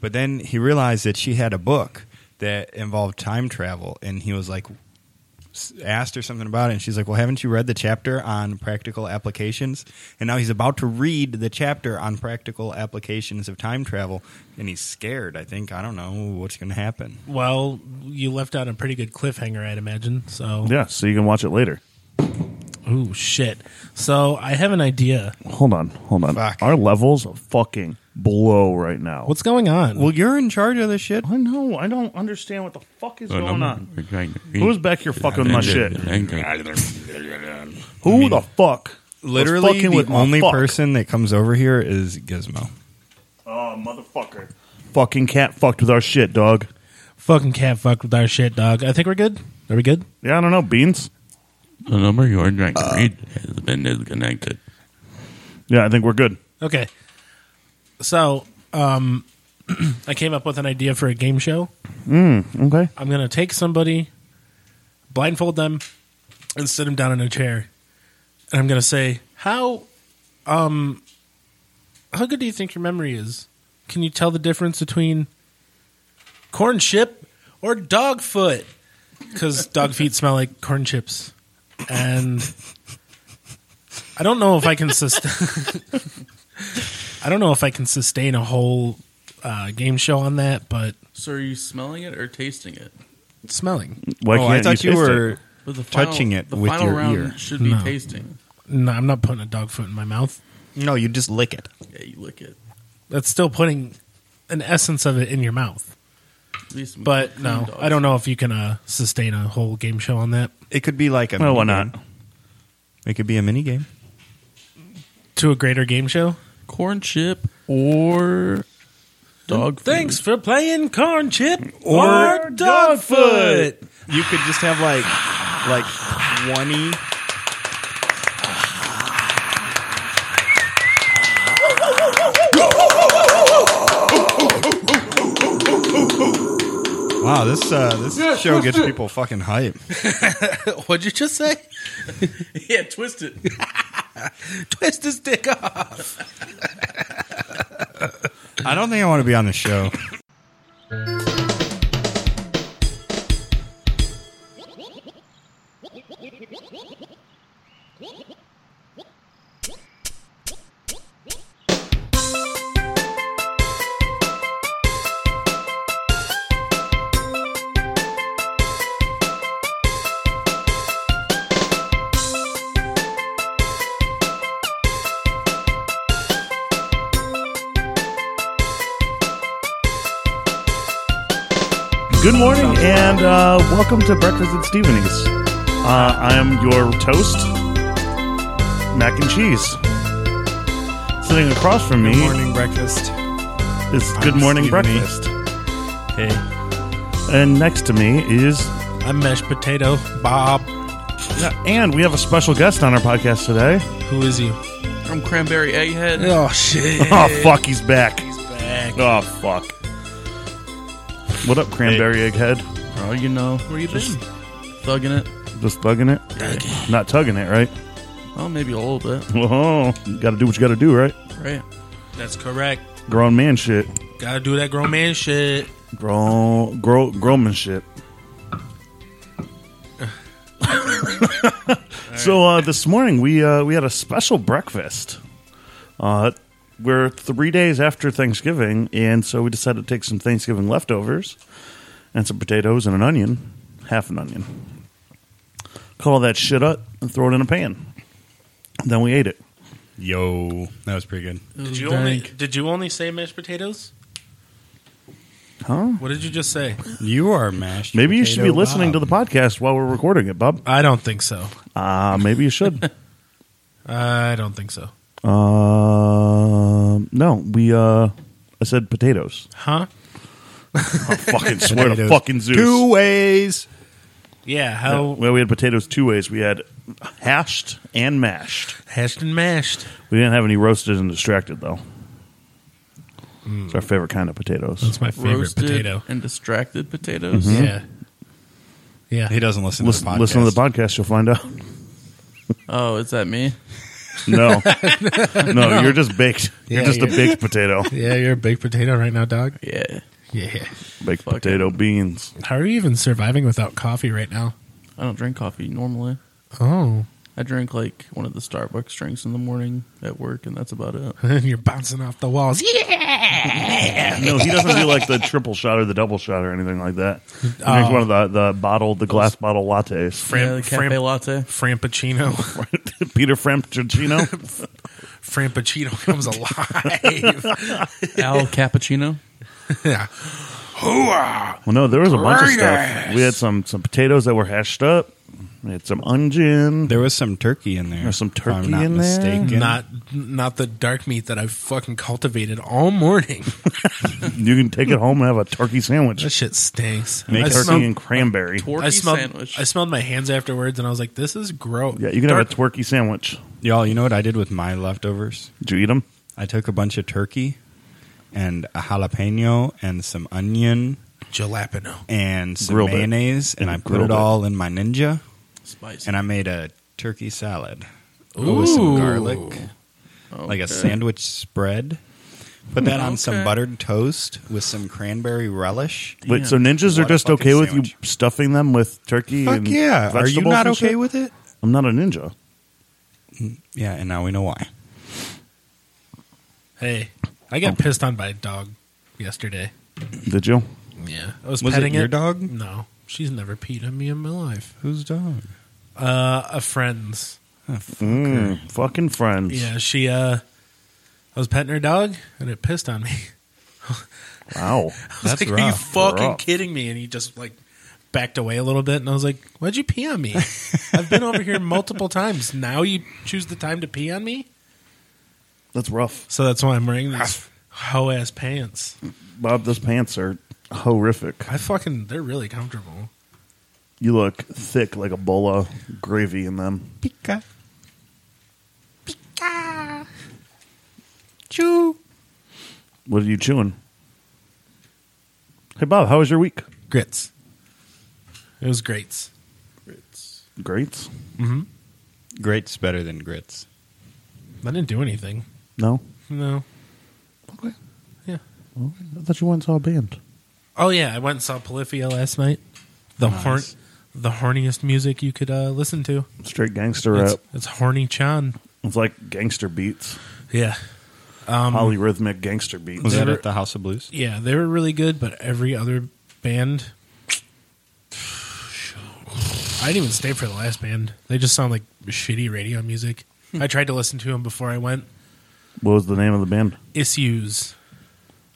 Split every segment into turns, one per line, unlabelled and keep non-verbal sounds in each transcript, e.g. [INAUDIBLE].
But then he realized that she had a book that involved time travel, and he was like, s- asked her something about it, and she's like, "Well, haven't you read the chapter on practical applications?" And now he's about to read the chapter on practical applications of time travel, and he's scared. I think I don't know what's going to happen.
Well, you left out a pretty good cliffhanger, I'd imagine. So,
Yeah, so you can watch it later.
ooh, shit. So, I have an idea.
Hold on, hold on.
Fuck.
Our levels fucking blow right now.
What's going on?
Well, you're in charge of this shit.
I know. I don't understand what the fuck is going on. Who's
Who's
back here fucking with my shit? Who the fuck? was
Literally,
fucking
the
with my
only
fuck?
person that comes over here is Gizmo.
Oh, motherfucker! Fucking cat fucked with our shit, dog.
Fucking cat fucked with our shit, dog. I think we're good. Are we good?
Yeah, I don't know, beans.
The number you are trying to read has been disconnected.
Yeah, I think we're good.
Okay. So, um, [CLEARS THROAT] I came up with an idea for a game show.
Okay.
I'm going to take somebody, blindfold them, and sit them down in a chair. And I'm going to say, "How um how good do you think your memory is? Can you tell the difference between corn chip or dog foot?" Cuz dog feet smell like corn chips. And I don't know if I can [LAUGHS] sustain I don't know if I can sustain a whole uh, game show on that, but
So are you smelling it or tasting it?
smelling.
Why
oh, I thought you,
taste it?
were
But the
touching it with your ear.
should be
No.
tasting.
No, I'm not putting a dog foot in my mouth.
No, you just lick it.
Yeah, you lick it.
That's still putting an essence of it in your mouth.
At least
But no, I don't know if you can uh, sustain a whole game show on that.
It could be like a.
Well, why
mini
not?
game. It could be a mini game.
To a greater game show.
Corn chip or dog.
Thanks for playing corn chip
Or
or dog foot.
You could just have like like twenty. Wow, this uh, this show gets people fucking hype.
What'd you just say?
Food. [LAUGHS] Yeah, twist it.
Twist his dick off.
I don't think I want to be on the show.
Good morning, and uh, welcome to Breakfast at Stephenie's. Uh, I am your toast, mac and cheese. Sitting across from me
Morning breakfast.
is Good
I'm
Morning
Stephanie.
Breakfast,
Hey,
and next to me is,
I'm mashed potato Bob.
and we have a special guest on our podcast today.
Who is you?
From cranberry egghead.
Oh [LAUGHS] shit!
Oh fuck, he's back.
Back.
Oh fuck. What up, cranberry egghead?
For all you know,
Where you
just
been?
thugging it.
Just thugging it, not tugging it, right? [LAUGHS]
Oh, maybe a little bit.
Oh, got to do what you got to do, right?
Right.
That's correct.
Grown man shit.
Gotta do that grown man shit.
Grown, grow, grown
[LAUGHS]
man shit. so uh, this morning we uh, we had a special breakfast. Uh, we're three days after Thanksgiving, and so we decided to take some Thanksgiving leftovers and some potatoes and an onion, half an onion. Cut all that shit up and throw it in a pan. Then we ate it.
Yo, that was pretty good.
Did you only did you only say mashed potatoes?
Huh?
What did you just say?
You are mashed.
Maybe you should be
potato
listening to
Bob.
the podcast while we're recording it, Bob.
I don't think so.
Uh, maybe you should.
I don't think so.
Um, no, we. Uh, I said [LAUGHS] potatoes.
Huh?
I Oh, [LAUGHS] fucking swear to
Potatoes.
fucking Zeus.
two ways.
Yeah.
No,
How
well, we had potatoes two ways. We had hashed and mashed.
hashed and mashed.
We didn't have any roasted and distracted though. It's our favorite kind of potatoes.
That's my favorite
Roasted
potato. Mm-hmm.
and distracted potatoes.
Yeah. Yeah.
He doesn't listen, to the podcast.
Hmm? Listen, [LAUGHS] listen to the podcast. You'll find out.
Oh, is that me?
[LAUGHS] No, no, you're just baked.
Yeah,
you're just a
yeah.
baked [LAUGHS] potato.
Yeah, you're a baked potato right now, dog.
Yeah.
Yeah.
Baked potato [LAUGHS] beans.
How are you even surviving without coffee right now?
I don't drink coffee normally.
Oh, [LAUGHS]
I drink like one of the Starbucks drinks in the morning at work, and that's about it.
you're bouncing off the walls.
No, he doesn't do like the triple shot or the double shot or anything like that. He drinks
Oh.
one of the the bottle, the glass bottle lattes.
Fram-
yeah, the cafe
Fram-
latte.
Frappuccino. [LAUGHS]
Peter Framptuccino.
[LAUGHS]
Frappuccino comes alive.
[LAUGHS]
[LAUGHS]
Al cappuccino.
yeah.
Well, no, there was a bunch of stuff.
Greatest.
We had some some potatoes that were hashed up. We had some onion.
There was some turkey in there.
There's some
if I'm
turkey
not
in there?
mistaken.
Not not the dark meat that I've fucking cultivated all morning.
You can take it home and have a turkey
[LAUGHS] That
sandwich.
shit stinks.
Make
I
turkey
smelled,
and cranberry.
Torky
I smelled
sandwich.
I smelled my hands afterwards, and I was like, "This is gross."
Yeah, you can
Dark-
have a turkey sandwich.
Y'all, you know what I did with my leftovers?
Did you eat them?
I took a bunch of turkey and a jalapeno and some onion
jalapeno.
and some
Grilled it.
mayonnaise, and,
And
I put
grilled
it
it.
all in my ninja,
Spicy.
and I made a turkey salad with some
Ooh.
garlic, like a
Oh, Okay.
sandwich spread. Put that on some
Okay.
buttered toast with some cranberry relish.
Wait, so
What
ninjas are
a
just
fucking
okay with
sandwich.
you stuffing them with turkey
Fuck
and
yeah! Are you
vegetables
not
and
okay
shit?
with it?
I'm not a ninja.
Yeah, and now we know why.
Hey, I
Oh.
got pissed on by a dog yesterday.
Did you?
Yeah, I was,
Was it
petting
your dog?
No, she's never peed on me in my life.
Whose dog?
Uh, a friend's.
Mm, fucking friends.
Yeah, she. uh I was petting her dog, and it pissed on me. [LAUGHS]
Wow.
I was
That's
like, "Are you
rough.
fucking
Rough.
kidding me?" And he just like backed away a little bit, and I was like, "Why'd you pee on me? I've been over here multiple times. Now you choose the time to pee on me."
That's rough.
So that's why I'm wearing these hoe ass pants.
Bob, those pants are horrific.
I fucking they're really comfortable.
You look thick like a bowl of gravy in them.
Pika.
What are you chewing? Hey, Bob, how was your week?
Grits. It was greats.
Greats?
Grits better than grits.
I didn't do anything.
No?
No.
Okay.
Yeah.
I thought you went and saw a band.
Oh yeah, I went and saw Polyphia last night. The horn, the horniest music you could uh, listen to.
Straight gangster
It's,
rap.
it's horny Chan.
It's like gangster beats,
Yeah. Um,
polyrhythmic gangster beats.
Was that
Never-
at the House of Blues?
Yeah, they were really good, but every other band. I didn't even stay for the last band. They just sound like shitty radio music. I tried to listen to them before I went.
What was the name of the band?
Issues.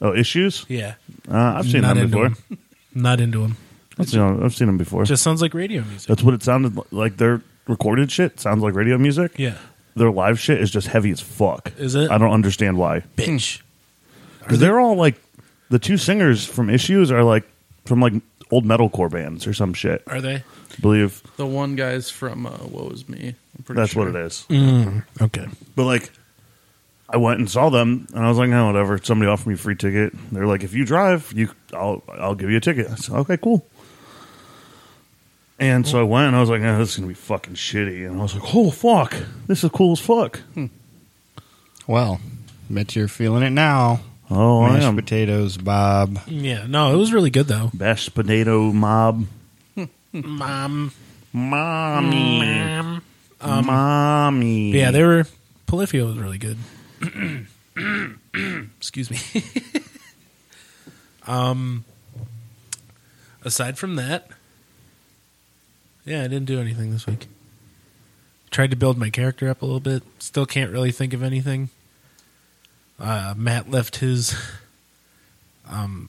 Oh, Issues?
Yeah.
Uh, I've seen
Not
them
into
before.
'em. Not into them.
I've seen them, I've seen them before.
Just sounds like radio music.
That's what it sounded li- like. Their recorded shit sounds like radio music.
Yeah.
Their live shit is just heavy as fuck.
Is it?
I don't understand why.
Bitch.
Because they're all like the two singers from Issues are like from like old metalcore bands or some shit. I
Are they?
believe
the one guy's from uh, Woe Is Me. I'm pretty
that's
sure.
what it is.
Mm, Okay.
But like, I went and saw them, and I was like, no, whatever. Somebody offered me a free ticket. They're like, if you drive, you, I'll, I'll give you a ticket. I said, okay, cool. And so I went, and I was like, oh, this is gonna be fucking shitty. And I was like, oh fuck, this is cool as fuck.
Well, bet you're feeling it now.
Oh, I
Mashed
am
potatoes, Bob.
Yeah. No, it was really good though.
Bash Potato Mob,
Mom.
mommy,
Mom.
mommy.
Um, Yeah, they were. Polyphia was really
[COUGHS]
good. Excuse me. [LAUGHS] um, aside from that, yeah, I didn't do anything this week. Tried to build my character up a little bit. Still can't really think of anything. Uh, Matt left his um,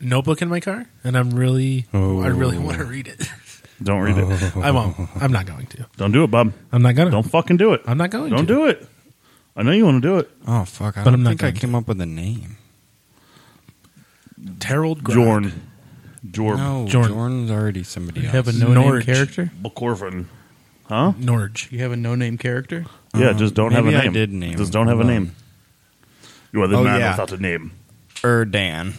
notebook in my car, and I'm really, I really want to
Oh.
read it.
don't read it.
I won't. I'm not going to.
Don't do it, Bob.
I'm not gonna.
Don't fucking do it.
I'm not going. to.
Don't do it. I know you want to do it.
Oh fuck! I
But
don't
I'm not
think I
going to.
came up with a name.
Terrell Grind.
Jorn, Jorb,
No,
Jordan.
Jordan's already somebody
You
else.
have a no name
Norwich.
character?
Bacorvin. Huh?
Norge.
You have a no name [LAUGHS] character?
Yeah, just don't have a
maybe
name.
I did name
Just don't have a
him.
name. You are the
Oh,
man
yeah.
without a name.
Erdan.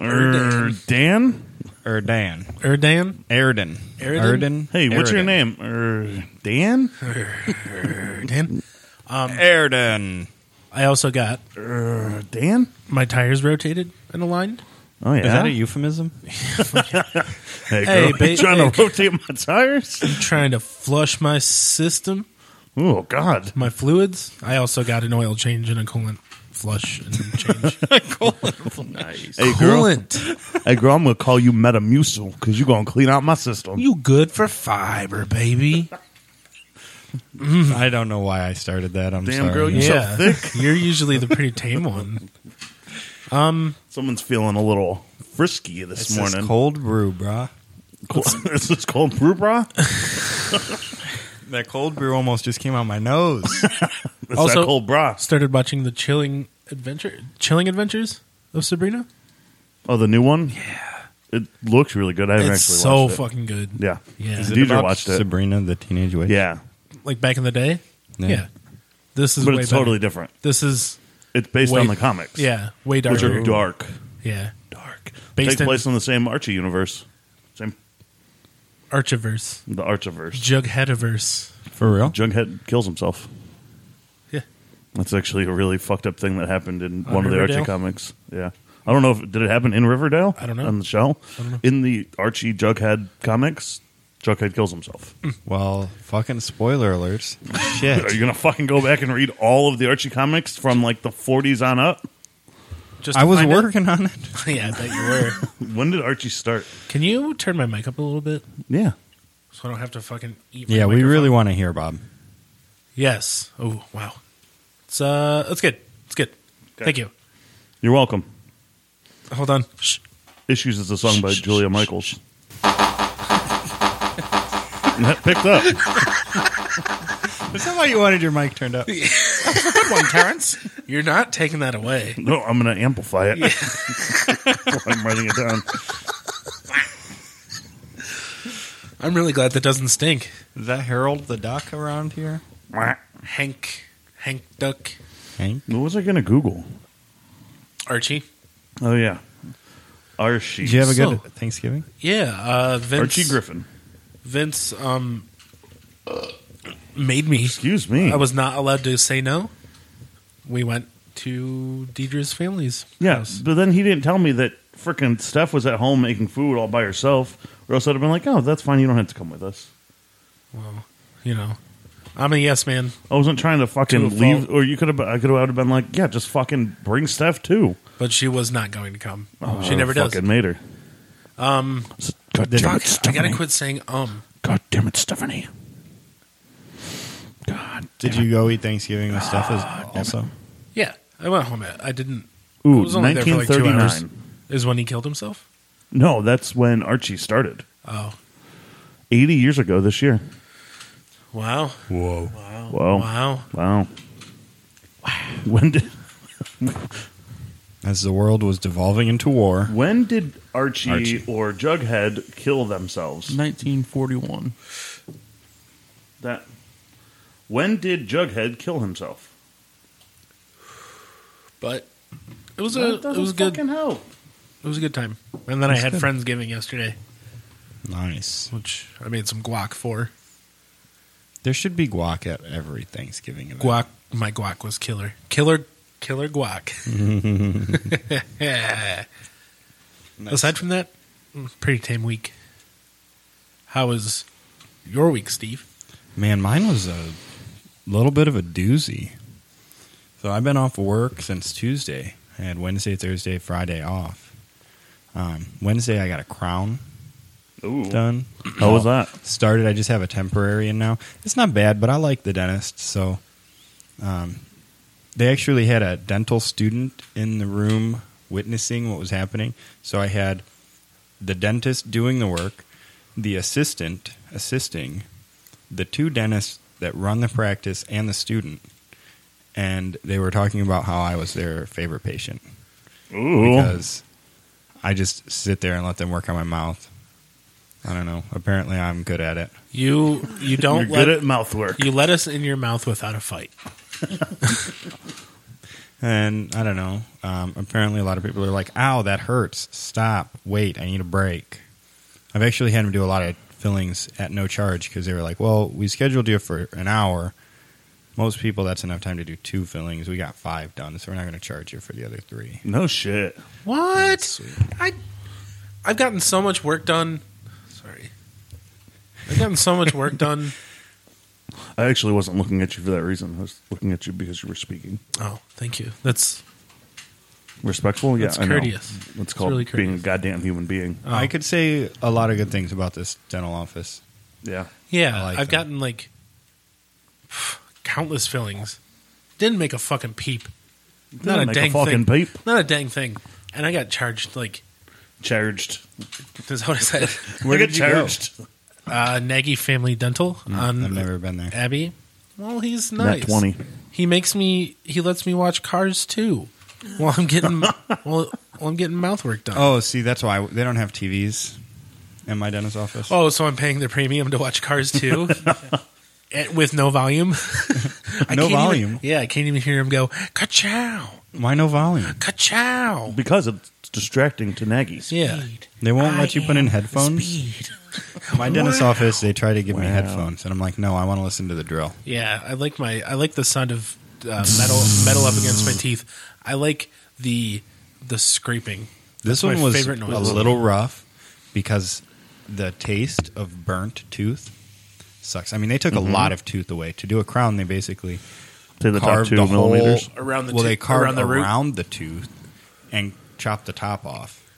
Er, Dan?
Erdan.
Erdan?
Erdan.
Erdan?
Erdan?
Hey, what's your
Erdan.
name? Er, Dan?
Erdan?
Erdan.
I also got
Er, Dan?
my tires rotated and aligned.
Oh yeah.
Is that a euphemism?
hey,
Hey,
girl, [LAUGHS]
ba-
you trying
hey.
to rotate my tires?
I'm trying to flush my system,
Oh God.
my fluids. I also got an oil change and a coolant flush and change.
nice.
Hey [LAUGHS] girl.
coolant.
hey girl, I'm gonna call you Metamucil because you're gonna clean out my system.
You good for fiber, baby.
[LAUGHS] I don't know why I started that. I'm
Damn,
sorry.
girl, you- so thick.
[LAUGHS] You're usually the pretty tame one.
Someone's feeling a little frisky this
It's this
morning.
cold brew, brah.
Cool. Is [LAUGHS] this cold brew bra? Is
That cold brew almost just came out my [LAUGHS] nose.
Also-
that cold bra?
Started watching the chilling adventure, chilling adventures of Sabrina.
Oh, the new one. Yeah, it looks really good. I haven't
It's
actually
so
watched it.
fucking good.
Yeah,
Yeah. Is
Is
Is it
DJ
about
watched it.
Sabrina the Teenage Witch.
yeah,
Like back in the day. Yeah.
Yeah.
This is
but
way
it's
better.
totally different.
This is
It's based
Way-
on the comics.
yeah, way
which
darker.
are dark.
Yeah.
Dark.
Based
Takes
in-
place in the same Archie universe. Same
Archiverse.
the Archiverse.
Jugheadiverse.
For real?
Jughead kills himself.
Yeah.
That's actually a really fucked up thing that happened in
On
one of the
Riverdale?
Archie comics. Yeah. I don't know if did it happen in Riverdale?
I don't know.
On the show?
don't know.
In the Archie Jughead comics, Jughead kills himself.
Well, fucking spoiler alerts.
Are you
Shit.
gonna fucking go back and read all of the Archie comics from like the forties on up?
Just
I
to
was
find out-
working on it.
[LAUGHS] yeah, I bet you
[LAUGHS]
were.
When did Archie start?
Can you turn my mic up a little bit
Yeah.
so I don't have to fucking eat? My
Yeah, we
microphone?
really want to hear, Bob.
Yes. Oh wow. It's uh, it's good. It's good.
Okay.
Thank you.
You're welcome.
Hold on. Shh.
Issues is a song by Julia Michaels. that picked up.
Is that why you wanted your mic [LAUGHS] turned up?
Good one, Terrence. [LAUGHS] You're not taking that away.
No, I'm going to amplify it. [LAUGHS] I'm writing it down.
I'm really glad that doesn't stink.
Is that Harold the Duck around here?
Hank, Hank Duck,
Hank?
What was I going to Google?
Archie.
Oh yeah, Archie.
Did you have a good
So-
Thanksgiving?
Yeah, uh, Vince.
Archie Griffin.
Vince um, made me.
Excuse me.
I was not allowed to say no. We went to Deidre's family's
yes,
house.
but then he didn't tell me that frickin' Steph was at home making food all by herself, or else I'd have been like, "Oh, that's fine. You don't have to come with us."
Well, you know, I'm a yes man.
I wasn't trying to
To a
fucking
fault.
leave, or you could have. I could have I would have been like, "Yeah, just fucking bring Steph too."
But she was not going to come.
Oh,
she never does.
Fucking made her. Um. God damn
Fuck,
it,
I
Stephanie.
gotta quit saying um.
God damn it, Stephanie. God.
Did you go eat Thanksgiving with stuff as also?
Yeah, I went home. At, I didn't.
Ooh,
I was only there for like two
1939.
hours. Is when he killed himself.
No, that's when Archie started.
Oh,
80 years ago this year.
wow,
Whoa.
wow,
Oh, Wow.
wow.
Wow. When did
As the world was devolving into war,
[LAUGHS] when did Archie,
Archie.
or Jughead kill themselves?
1941.
That when did Jughead kill himself?
But it was
That
a it
doesn't
was a good
fucking help.
it was a good time. And then I had friendsgiving yesterday,
nice.
which I made some guac for.
There should be guac at every Thanksgiving event.
Guac, my guac was killer, killer, killer guac. [LAUGHS]
[LAUGHS] Nice.
Aside from that, mm, pretty tame week. How was your week, Steve?
Man, mine was a little bit of a doozy. So I've been off work since Tuesday. I had Wednesday, Thursday, Friday off. Um, Wednesday, I got a crown
Ooh.
done. Oh,
How was that?
Started. I just have a temporary in now. It's not bad, but I like the dentist. So um, they actually had a dental student in the room witnessing what was happening. So I had the dentist doing the work, the assistant assisting, the two dentists that run the practice, and the student. And they were talking about how I was their favorite patient
Ooh.
because I just sit there and let them work on my mouth. I don't know. Apparently, I'm good at it.
You [LAUGHS] you
You're
don't
good
let
at mouth work.
you let us in your mouth without a fight.
And I don't know. Um, apparently, a lot of people are like, ow, that hurts. Stop. Wait, I need a break. I've actually had them do a lot of fillings at no charge because they were like, well, we scheduled you for an hour. Most people, that's enough time to do two fillings. We got five done, so we're not going to charge you for the other three.
No shit.
What? I I've gotten so much work done. Sorry. I've gotten so much work done.
I actually wasn't looking at you for that reason. I was looking at you because you were speaking.
[LAUGHS] Oh, thank you. That's
Respectful? Yeah,
That's
I know.
courteous.
It's called
really
being a
courteous. Oh.
goddamn human being.
I could say a lot of good things about this dental office.
Yeah.
yeah.
I like
I've
that.
gotten like [SIGHS] countless fillings. Didn't make a fucking peep. Not a
Make
dang
fucking
thing.
peep.
Not a dang thing. And I got charged like [LAUGHS]
Charged.
is what I said.
[LAUGHS] Where
did you go?
Uh, Nagy Family Dental on
Mm, I've never been there.
Abby. Well, he's
Nat
nice.
20.
He makes me. He lets me watch Cars too, while
[LAUGHS]
I'm getting while, while I'm getting mouth work done. Oh.
Oh, see, that's why they don't have TVs in my dentist office.
Oh, so I'm paying the premium to watch Cars too,
[LAUGHS]
and with no volume. I
No
can't even-
volume?
yeah, I can't even hear him go ka-chow,
Why no volume?
ka-chow.
Because it's distracting to Naggies.
Yeah,
They won't let you put in headphones.
Speed.
My dentist office, they try to give me
Wow.
headphones, and I'm like, no, I want to listen to the drill.
Yeah, I like my I like the sound of uh, metal metal up against my teeth. I like the the scraping.
This
That's my
one was
favorite noise.
a little rough because the taste of burnt tooth sucks. I mean, they took a lot of tooth away to do a crown. They basically
Mm-hmm. To the top
carved
two
the whole
millimeters.
Around the
well, they
tooth-
carved
around the root?
around the tooth and chopped the top off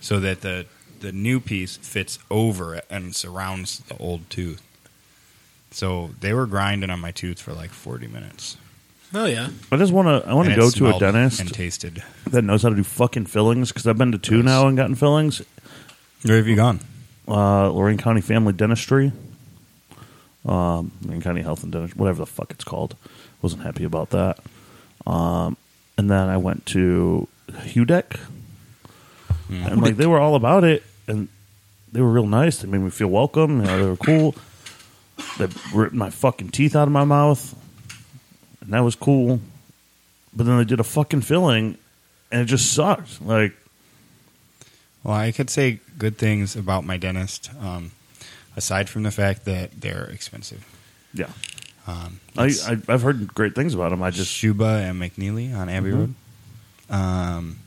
so that the the new piece fits over it and surrounds the old tooth. So they were grinding on my tooth for like 40 minutes.
Oh yeah,
I just want to. I want
And
to
it
go to a
smelled
dentist
and tasted.
that knows how to do fucking fillings because I've been to two
Gross.
now and gotten fillings.
Where have you gone?
Uh, Lorraine County Family Dentistry, um, Lorraine County Health and Dentistry, whatever the fuck it's called. Wasn't happy about that. Um, and then I went to Hudec, and like they were all about it, and they were real nice. They made me feel welcome. You know, they were cool. They ripped my fucking teeth out of my mouth, and that was cool. But then they did a fucking filling, and it just sucked. Like
Well, I could say good things about my dentist, um, aside from the fact that they're expensive.
Yeah.
Um,
I,
it's
I I've heard great things about him. I just Mm-hmm.
Shuba and McNeely on Abbey Road. Um,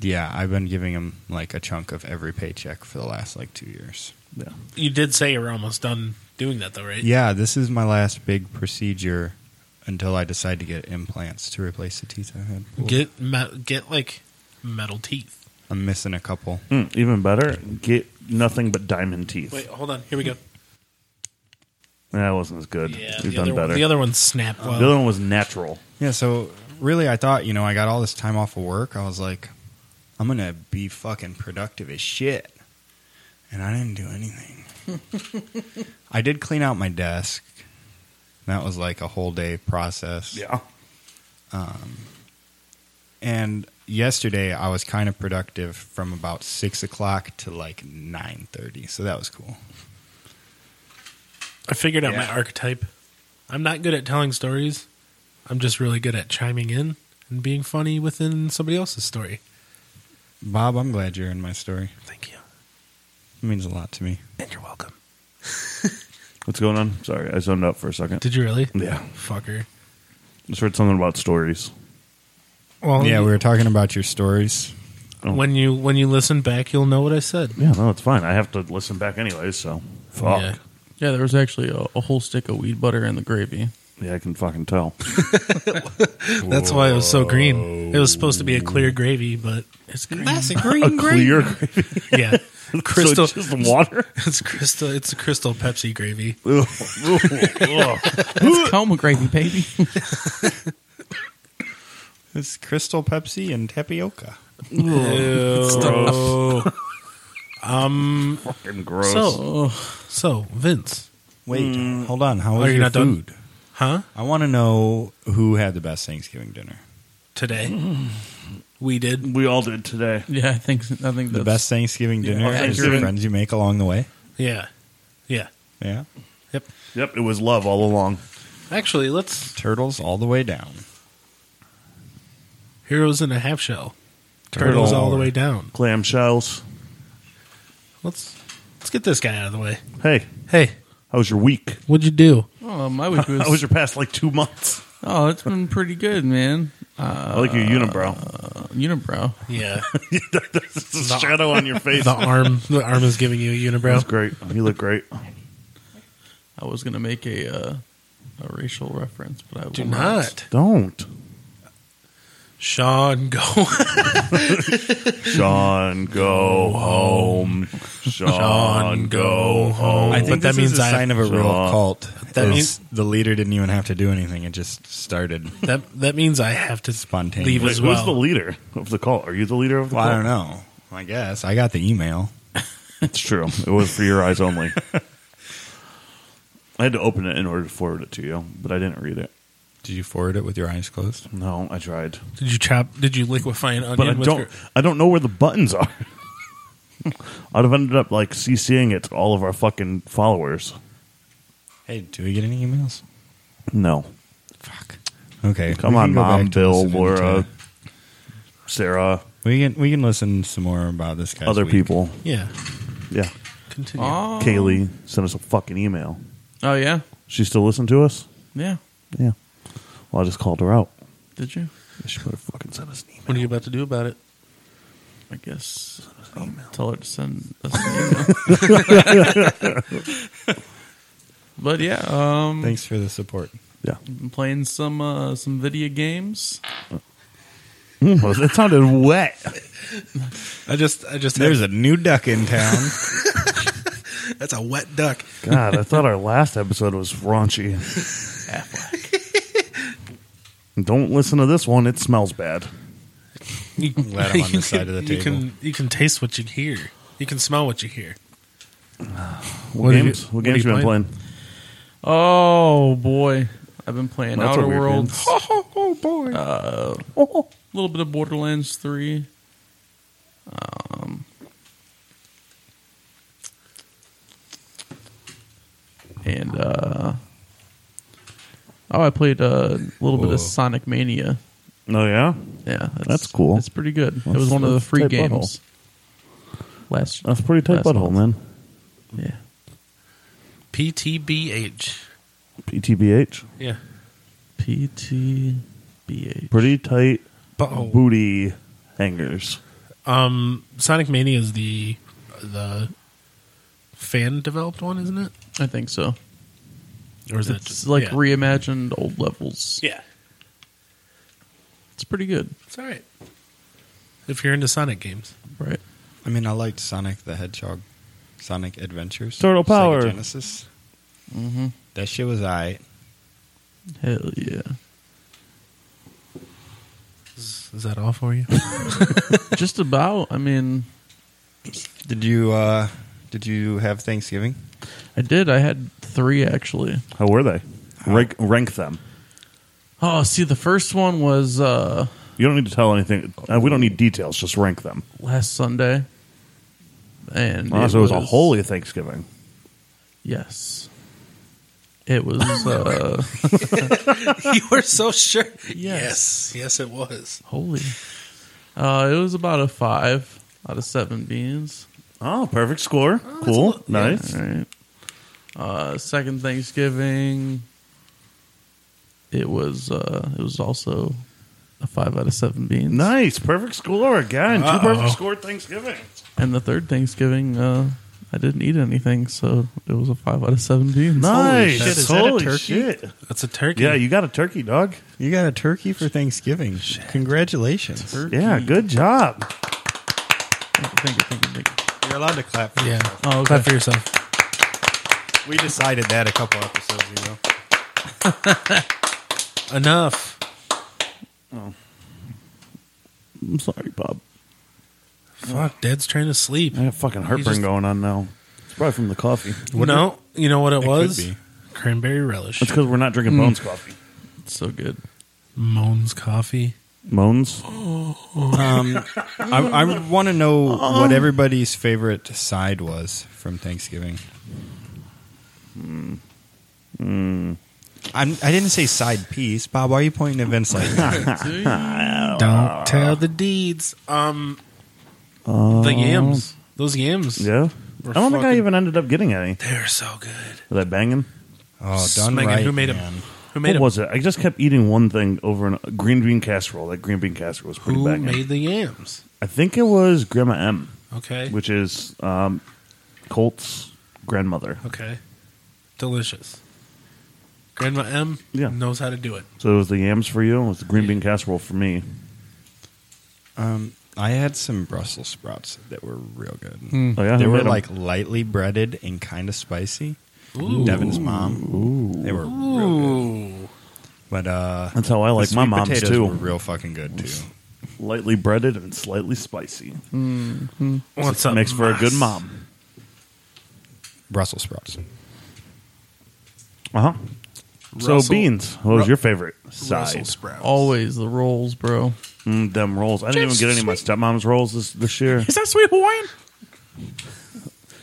yeah, I've been giving him like a chunk of every paycheck for the last like two years.
yeah.
you did say you were almost done doing that though, right?
Yeah, this is my last big procedure until I decide to get implants to replace the teeth I had.
Get me- get like metal teeth.
I'm missing a couple.
Mm, even better. Get nothing but diamond teeth.
Wait, hold on. Here we go.
That wasn't as good.
Yeah,
You've
the
done
other, one,
better.
the other one snapped. Well.
The other one was natural.
Yeah, so really, I thought, you know, I got all this time off of work. I was like, I'm going to be fucking productive as shit. And I didn't do anything. I did clean out my desk. That was like a whole day process.
Yeah.
And yesterday, I was kind of productive from about six o'clock to like nine thirty. So that was cool.
I figured out my
Yeah.
archetype. I'm not good at telling stories. I'm just really good at chiming in and being funny within somebody else's story.
Bob, I'm glad you're in my story.
Thank you,
It means a lot to me.
and you're welcome.
What's going on? Sorry, I zoned out for a second.
Did you really?
Yeah.
Fucker.
Just heard something about stories.
Well,
Yeah, we were talking about your stories.
when you when you listen back, you'll know what I said.
Yeah, no, it's fine. I have to listen back anyways, so
Yeah.
fuck. Yeah,
[LAUGHS] Yeah, there was actually a, a whole stick of weed butter in the gravy.
I can fucking tell.
That's why it was so green. It was supposed to be a clear gravy, but it's green.
a green
a [LAUGHS] clear gravy.
yeah, crystal.
So it's
[LAUGHS]
just water.
it's crystal. It's a crystal Pepsi gravy.
[LAUGHS] It's coma gravy, baby.
It's Crystal Pepsi and tapioca.
Ew.
Oh. fucking gross.
Um, so,
oh,
so Vince,
Wait, hold on. How
Are
was
you
your
not done?
food?
huh?
I want to know who had the best Thanksgiving dinner.
Today we did.
we all did today.
yeah. I think I think that's,
The best Thanksgiving dinner is the
Thanksgiving.
friends you make along the way.
Yeah, yeah.
Yeah,
Yep.
Yep, it was love all along.
Actually, let's
turtles all the way down.
heroes in a half shell.
Turtle.
Turtles all the way down.
Clam shells.
Let's let's get this guy out of the way.
Hey,
Hey,
how was your week?
what'd you do?
Oh, my
[LAUGHS]
week was.
How was your past like two months?
oh, it's been pretty good, man.
I like your unibrow.
Uh, unibrow.
[LAUGHS] Yeah,
There's a shadow on your face.
the arm the arm is giving you a
That's
unibrow.
great. You look great.
I was gonna make a uh, a racial reference, but I
Do
will
not,
Don't,
Sean. Go. [LAUGHS]
Sean, go home. Sean,
Sean, go home.
go home.
I think
But that
that means
means
a
I-
sign of a real
Sure.
cult.
That
That
means-
means the leader didn't even have to do anything; it just started.
that that means I have to
Spontaneous.
leave
Wait,
as
who's
well.
the leader of the cult? Are you the leader of the
Well,
cult?
I don't know. I guess I got the email.
It's true. It was for your eyes [LAUGHS] only. I had to open it in order to forward it to you, but I didn't read it.
Did you forward it with your eyes closed?
No, I tried,
Did you chop? Did you liquefy an onion?
but I
with
don't.
your-
I don't know where the buttons are. [LAUGHS] I'd have ended up like CCing it to all of our fucking followers.
Hey, do we get any emails?
No,
Fuck. Okay,
come
we can
on,
go
mom,
back to
Bill,
listening
Laura,
to-
Sarah,
we can we can listen some more about this guy.
other people.
yeah,
Yeah,
continue.
Oh.
Kaylee sent us a fucking email.
Oh yeah,
She still listened to us.
yeah.
Yeah. Well, I just called her out.
Did you?
She would have fucking sent us an email.
What are you about to do about it?
I guess I'll tell her to send us an email.
[LAUGHS]
but yeah, um,
Thanks for the support.
Yeah.
been playing some uh, some video games.
Mm-hmm. it sounded wet.
I just I just
There's a new duck in town.
that's a wet duck.
God, I thought our last episode was raunchy. Don't listen to this one. It smells bad.
[LAUGHS] You,
Glad I'm on this side of the
You
table.
can you can taste what you hear. You can smell what you hear.
What,
What are
games?
you-
what
what are
games
you
you been
playing?
playing?
Oh boy, I've been playing
That's a
Outer
weird
Worlds, a
name.
little bit of Borderlands Three. Um, and uh, oh, I played uh, a little bit
Whoa.
of Sonic Mania.
Oh yeah,
Yeah,
That's cool.
It's pretty good. it
That's-
was one of the
that's
free
tight
games
butthole. Uh,
last.
that's a pretty tight
last
butthole,
month.
man.
Yeah,
PTBH.
PTBH,
Yeah.
PTBH.
pretty tight
Butthole.
booty hangers.
Um, Sonic Mania is the the fan developed one, isn't it?
I think so.
Or is that
It's
just
like
yeah.
reimagined old levels.
Yeah,
It's pretty good,
it's all right. If you're into Sonic games,
right?
[LAUGHS] I mean, I liked Sonic the Hedgehog, Sonic Adventures,
Turtle
Sega
power.
Genesis.
Mm-hmm.
That shit was I.
Hell yeah!
is, is that all for you?
Just about. I mean,
Did you uh, did you have Thanksgiving?
I did. I had three actually.
How were they? Rank, rank them.
Oh, see, the first one was uh
You don't need to tell anything. Uh, we don't need details. Just rank them.
last Sunday, and
Oh, so it was a holy Thanksgiving.
Yes, it was.
[LAUGHS]
uh
[LAUGHS] you were so sure.
Yes.
yes, yes, it was.
Holy. Uh, it was about a five out of seven beans.
Oh, perfect score. cool. nice.
All right. Uh, second Thanksgiving, it was uh, it was also a five out of seven beans.
Nice. Perfect score again.
Uh-oh.
Two perfect score Thanksgiving.
And the third Thanksgiving, uh, I didn't eat anything, so it was a five out of seven beans.
Nice.
shit, is that a
Holy
turkey?
shit.
That's a turkey.
Yeah, you got a turkey, dog.
You got a turkey for Thanksgiving. Congratulations!
Turkey.
Yeah, good job.
Thank you, thank you, thank you.
You're allowed to clap. For
yeah.
yourself.
Oh, okay.
Clap for yourself.
We decided that a couple episodes ago.
Enough.
I'm sorry, Bob.
Fuck, Dad's trying to sleep.
I have fucking heartburn
just-
going on now. It's probably from the coffee.
no, you know what it,
It
was?
could be.
Cranberry relish.
That's because we're not drinking Bones coffee.
It's so good.
Moans coffee.
Moans?
Um, I, I want to know
Um.
what everybody's favorite side was from Thanksgiving. I'm, I didn't say side piece, Bob. Why are you pointing events like that?
[LAUGHS] Don't
Ah.
tell the deeds. Um, the yams. Those yams.
Oh. Yeah.
were
I don't think I
fucking-
even ended up getting any.
They're so good.
Were they banging?
Oh, done
Megan,
right.
who made 'em?
man.
Who
What
made 'em?
was it? I just kept eating one thing over and green bean casserole. That green bean casserole was pretty
Who
banging.
made the yams?
I think it was Grandma M,
Okay.
which is um, Colt's grandmother.
okay. Delicious. Grandma M
Yeah.
knows how to do it.
So it was the yams for you. and It was the green bean casserole for me.
Um, I had some Brussels sprouts that were real good.
Oh yeah,
They
who
were
made 'em?
like lightly breaded and kind of spicy.
Ooh.
Devin's mom.
Ooh.
They were real good.
Ooh.
But uh,
That's how I
the
like my
sweet
mom's
potatoes
too.
Were real fucking good too.
Lightly breaded and slightly spicy.
What's up?
Makes for a good
Mas?
mom.
Brussels sprouts.
Uh huh. So
Russell-
beans. What was
Ru-
your favorite
Russell
side?
Sprouts.
Always the rolls, bro.
Mm, them rolls. I didn't even
Just
get any of my stepmom's rolls this, this year
Is that Sweet Hawaiian?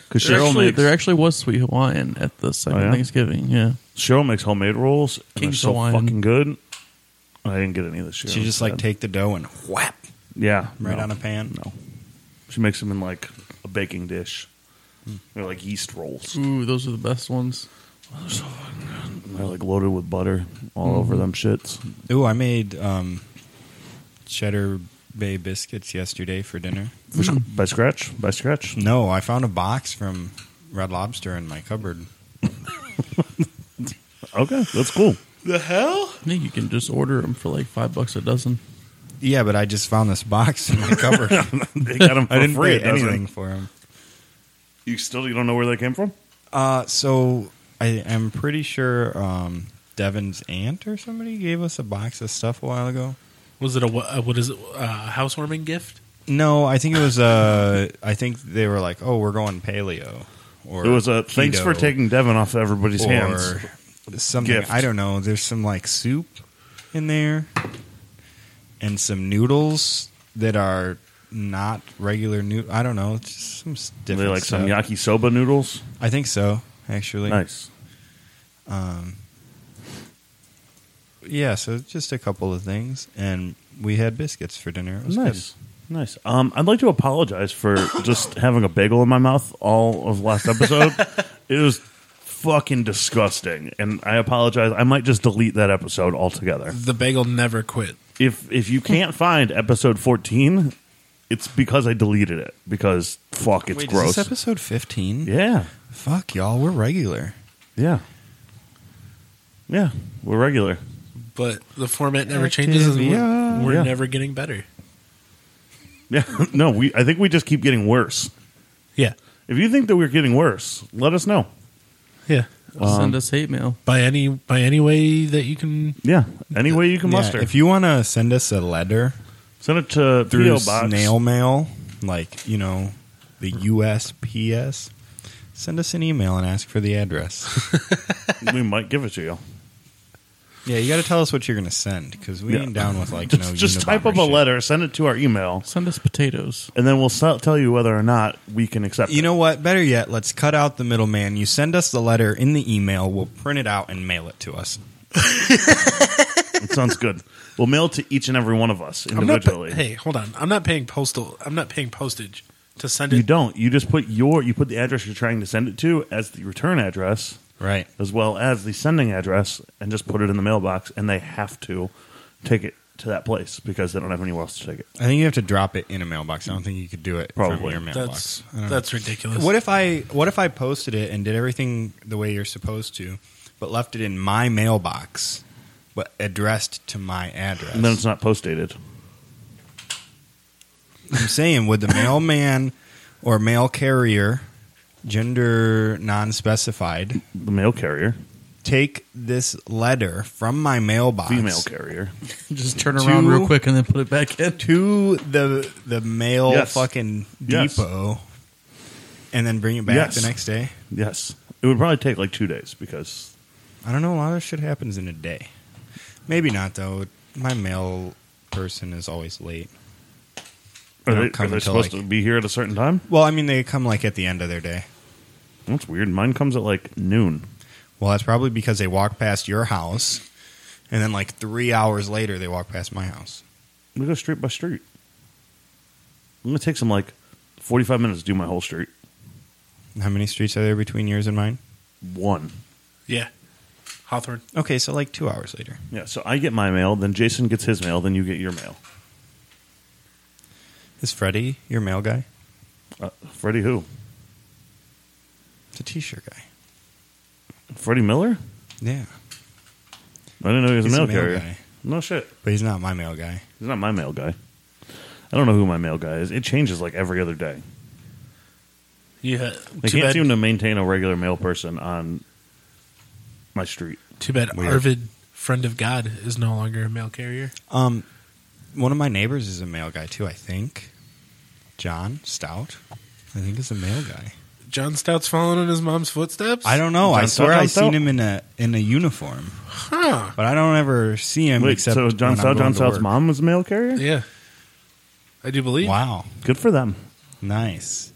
because
There
Cheryl
actually,
makes
there actually was Sweet Hawaiian at the second
Oh, yeah?
Thanksgiving. Yeah.
Cheryl makes homemade rolls. And they're
King's
so
Hawaiian.
fucking good. I didn't get any this year.
She just like
Sad.
take the dough and whap
yeah
right
no.
on a pan.
No. She makes them in like a baking dish.
Hmm.
They're like yeast rolls.
Ooh, those are the best ones.
They're like loaded with butter all
Hmm.
over them shits.
Ooh, I made um, cheddar bay biscuits yesterday for dinner.
For sc- By scratch, by scratch.
No, I found a box from Red Lobster in my cupboard.
Okay, that's cool.
[LAUGHS]
The hell?
I think you can just order them for like five bucks a dozen.
Yeah, but I just found this box in my cupboard.
They got them [LAUGHS] for
I didn't
free.
pay
it doesn't-
anything for them.
You still you don't know where they came from?
Uh, so I am pretty sure um, Devin's aunt or somebody gave us a box of stuff a while ago.
Was it a wha- uh, what is it? Uh, housewarming gift?
No, I think it was. Uh, I think they were like, "Oh, we're going paleo." Or
it was a thanks
keto
for taking Devin off everybody's
or
hands.
Something
gift.
I don't know. There's some like soup in there, and some noodles that are not regular noodle. I don't know. It's just some s-
They
different
like some
stuff.
yakisoba noodles.
I think so. Actually,
Nice.
Um, yeah, so just a couple of things, and we had biscuits for dinner. It was
Nice. Nice. Um, I'd like to apologize for just having a bagel in my mouth all of last
[LAUGHS]
episode. it was fucking disgusting, and I apologize. I might just delete that episode altogether.
The bagel never quit.
If if
[LAUGHS]
you can't find episode fourteen, it's because I deleted it because fuck, it's
Wait,
gross.
is this episode fifteen?
yeah,
Fuck y'all, we're regular.
yeah, yeah. We're regular. [LAUGHS]
But the format never changes. And we're
Activia.
we're
Yeah.
never getting better.
Yeah. no, we. I think we just keep getting worse.
Yeah.
If you think that we're getting worse, let us know.
Yeah.
Send us hate mail.
By any by any way that you can.
Yeah. Any way you can
Yeah,
muster.
if you want to send us a letter
Send it to
through
PO Box.
snail mail, like you know, the USPS, send us an email and ask for the address.
[LAUGHS] we might give it to you.
[LAUGHS] yeah, you got to tell us what you're going to send because we
Yeah.
ain't down with [LAUGHS] like
Just,
no.
just type
Unabomber
up a
shit.
letter, send it to our email,
Send us potatoes.
and then we'll sell, tell you whether or not we can accept.
You
it.
know what? Better yet, let's cut out the middleman. You send us the letter in the email. We'll print it out and mail it to us.
it sounds good. We'll mail it to each and every one of us
I'm not,
individually.
hey, hold on. I'm not paying postal. I'm not paying postage to send
you
it.
don't. You just put your you put the address you're trying to send it to as the return address,
Right.
as well as the sending address, and just put it in the mailbox. And they have to take it to that place because they don't have anywhere else to take it.
I think you have to drop it in a mailbox. I don't think you could do it
Probably.
from your mailbox.
That's
I don't
that's ridiculous.
know. What if I what if I posted it and did everything the way you're supposed to, but left it in my mailbox, but addressed to my address?
And then it's not post dated.
I'm saying would the mailman or mail carrier, gender non-specified,
The mail carrier,
take this letter from my mailbox?
female carrier.
Just turn around real quick and then put it back in.
to the the mail
Yes.
fucking
Yes.
depot and then bring it back
Yes.
the next day.
Yes, it would probably take like two days because
I don't know. A lot of shit happens in a day. Maybe not though. My mail person is always late. They
Are they,
don't come
are they
until,
supposed
like-
to be here at a certain time?
Well, I mean, they come like at the end of their day.
That's weird. Mine comes at like noon.
Well, that's probably because they walk past your house, and then like three hours later they walk past my house.
We go street by street. I'm gonna take some like 45 minutes to do my whole street.
How many streets are there between yours and mine?
One.
Yeah. Hawthorne.
Okay, so like two hours later.
Yeah, so I get my mail, then Jason gets his mail, then you get your mail.
Is Freddie your mail guy?
Uh, Freddie who?
It's a t-shirt guy.
Freddie Miller?
Yeah,
I didn't know he was
He's
a mail
a mail
carrier.
guy.
No shit.
but he's not my mail guy.
He's not my mail guy. I don't know who my mail guy is. It changes like every other day.
Yeah.
They
Too
can't
bad,
seem to maintain a regular mail person on my street.
too bad
Weird.
Arvid, friend of God, is no longer a mail carrier.
Um, one of my neighbors is a mail guy too. I think John Stout. I think is a mail guy.
John Stout's following in his mom's footsteps?
I don't know. I
John Stout,
swear
John
I
Stout?
seen him in a in a uniform,
Huh.
but I don't ever see him
Wait,
except
so
when
John
I'm
South,
going
John
to
South's
work.
mom was a mail carrier?
Yeah. I do believe.
Wow,
Good for them.
nice.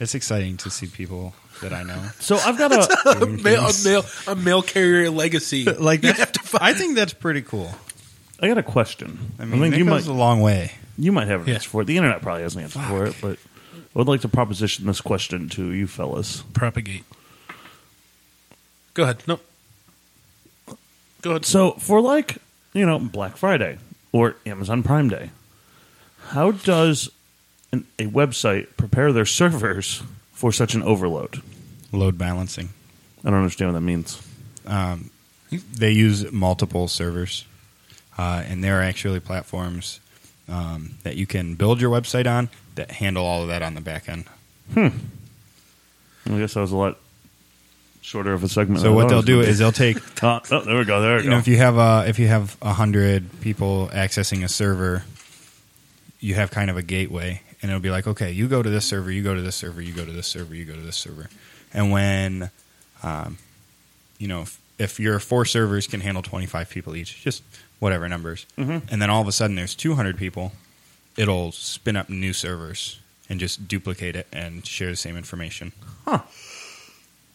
It's exciting to see people that I
[LAUGHS]
know.
So I've got
[LAUGHS]
a
A mail, a mail, a mail carrier legacy.
like
you
that,
have to
[LAUGHS]
find.
I think that's pretty cool.
I got a question.
I mean,
think
it
you might
goes a long way.
you might have an
Yeah.
answer for it. The internet probably has an answer for it, but I would like to proposition this question to you fellas.
propagate. Go ahead. No. Go ahead.
So for like, you know, Black Friday or Amazon Prime Day, how does an, a website prepare their servers for such an overload?
Load balancing.
I don't understand what that means.
Um, they use multiple servers, uh, and there are actually platforms um, that you can build your website on that handle all of that on the back end.
I guess that was a lot shorter of a segment.
So
than I
what
thought it
they'll
Oh,
do
was gonna be.
is they'll take
oh, oh, there we go, there we
you
go.
know if you have a if you have a hundred people accessing a server, you have kind of a gateway, and it'll be like, okay, you go to this server, you go to this server, you go to this server, you go to this server, and when, um, you know, if, if your four servers can handle twenty five people each, just whatever numbers,
Mhm.
and then all of a sudden there's two hundred people, it'll spin up new servers and just duplicate it and share the same information.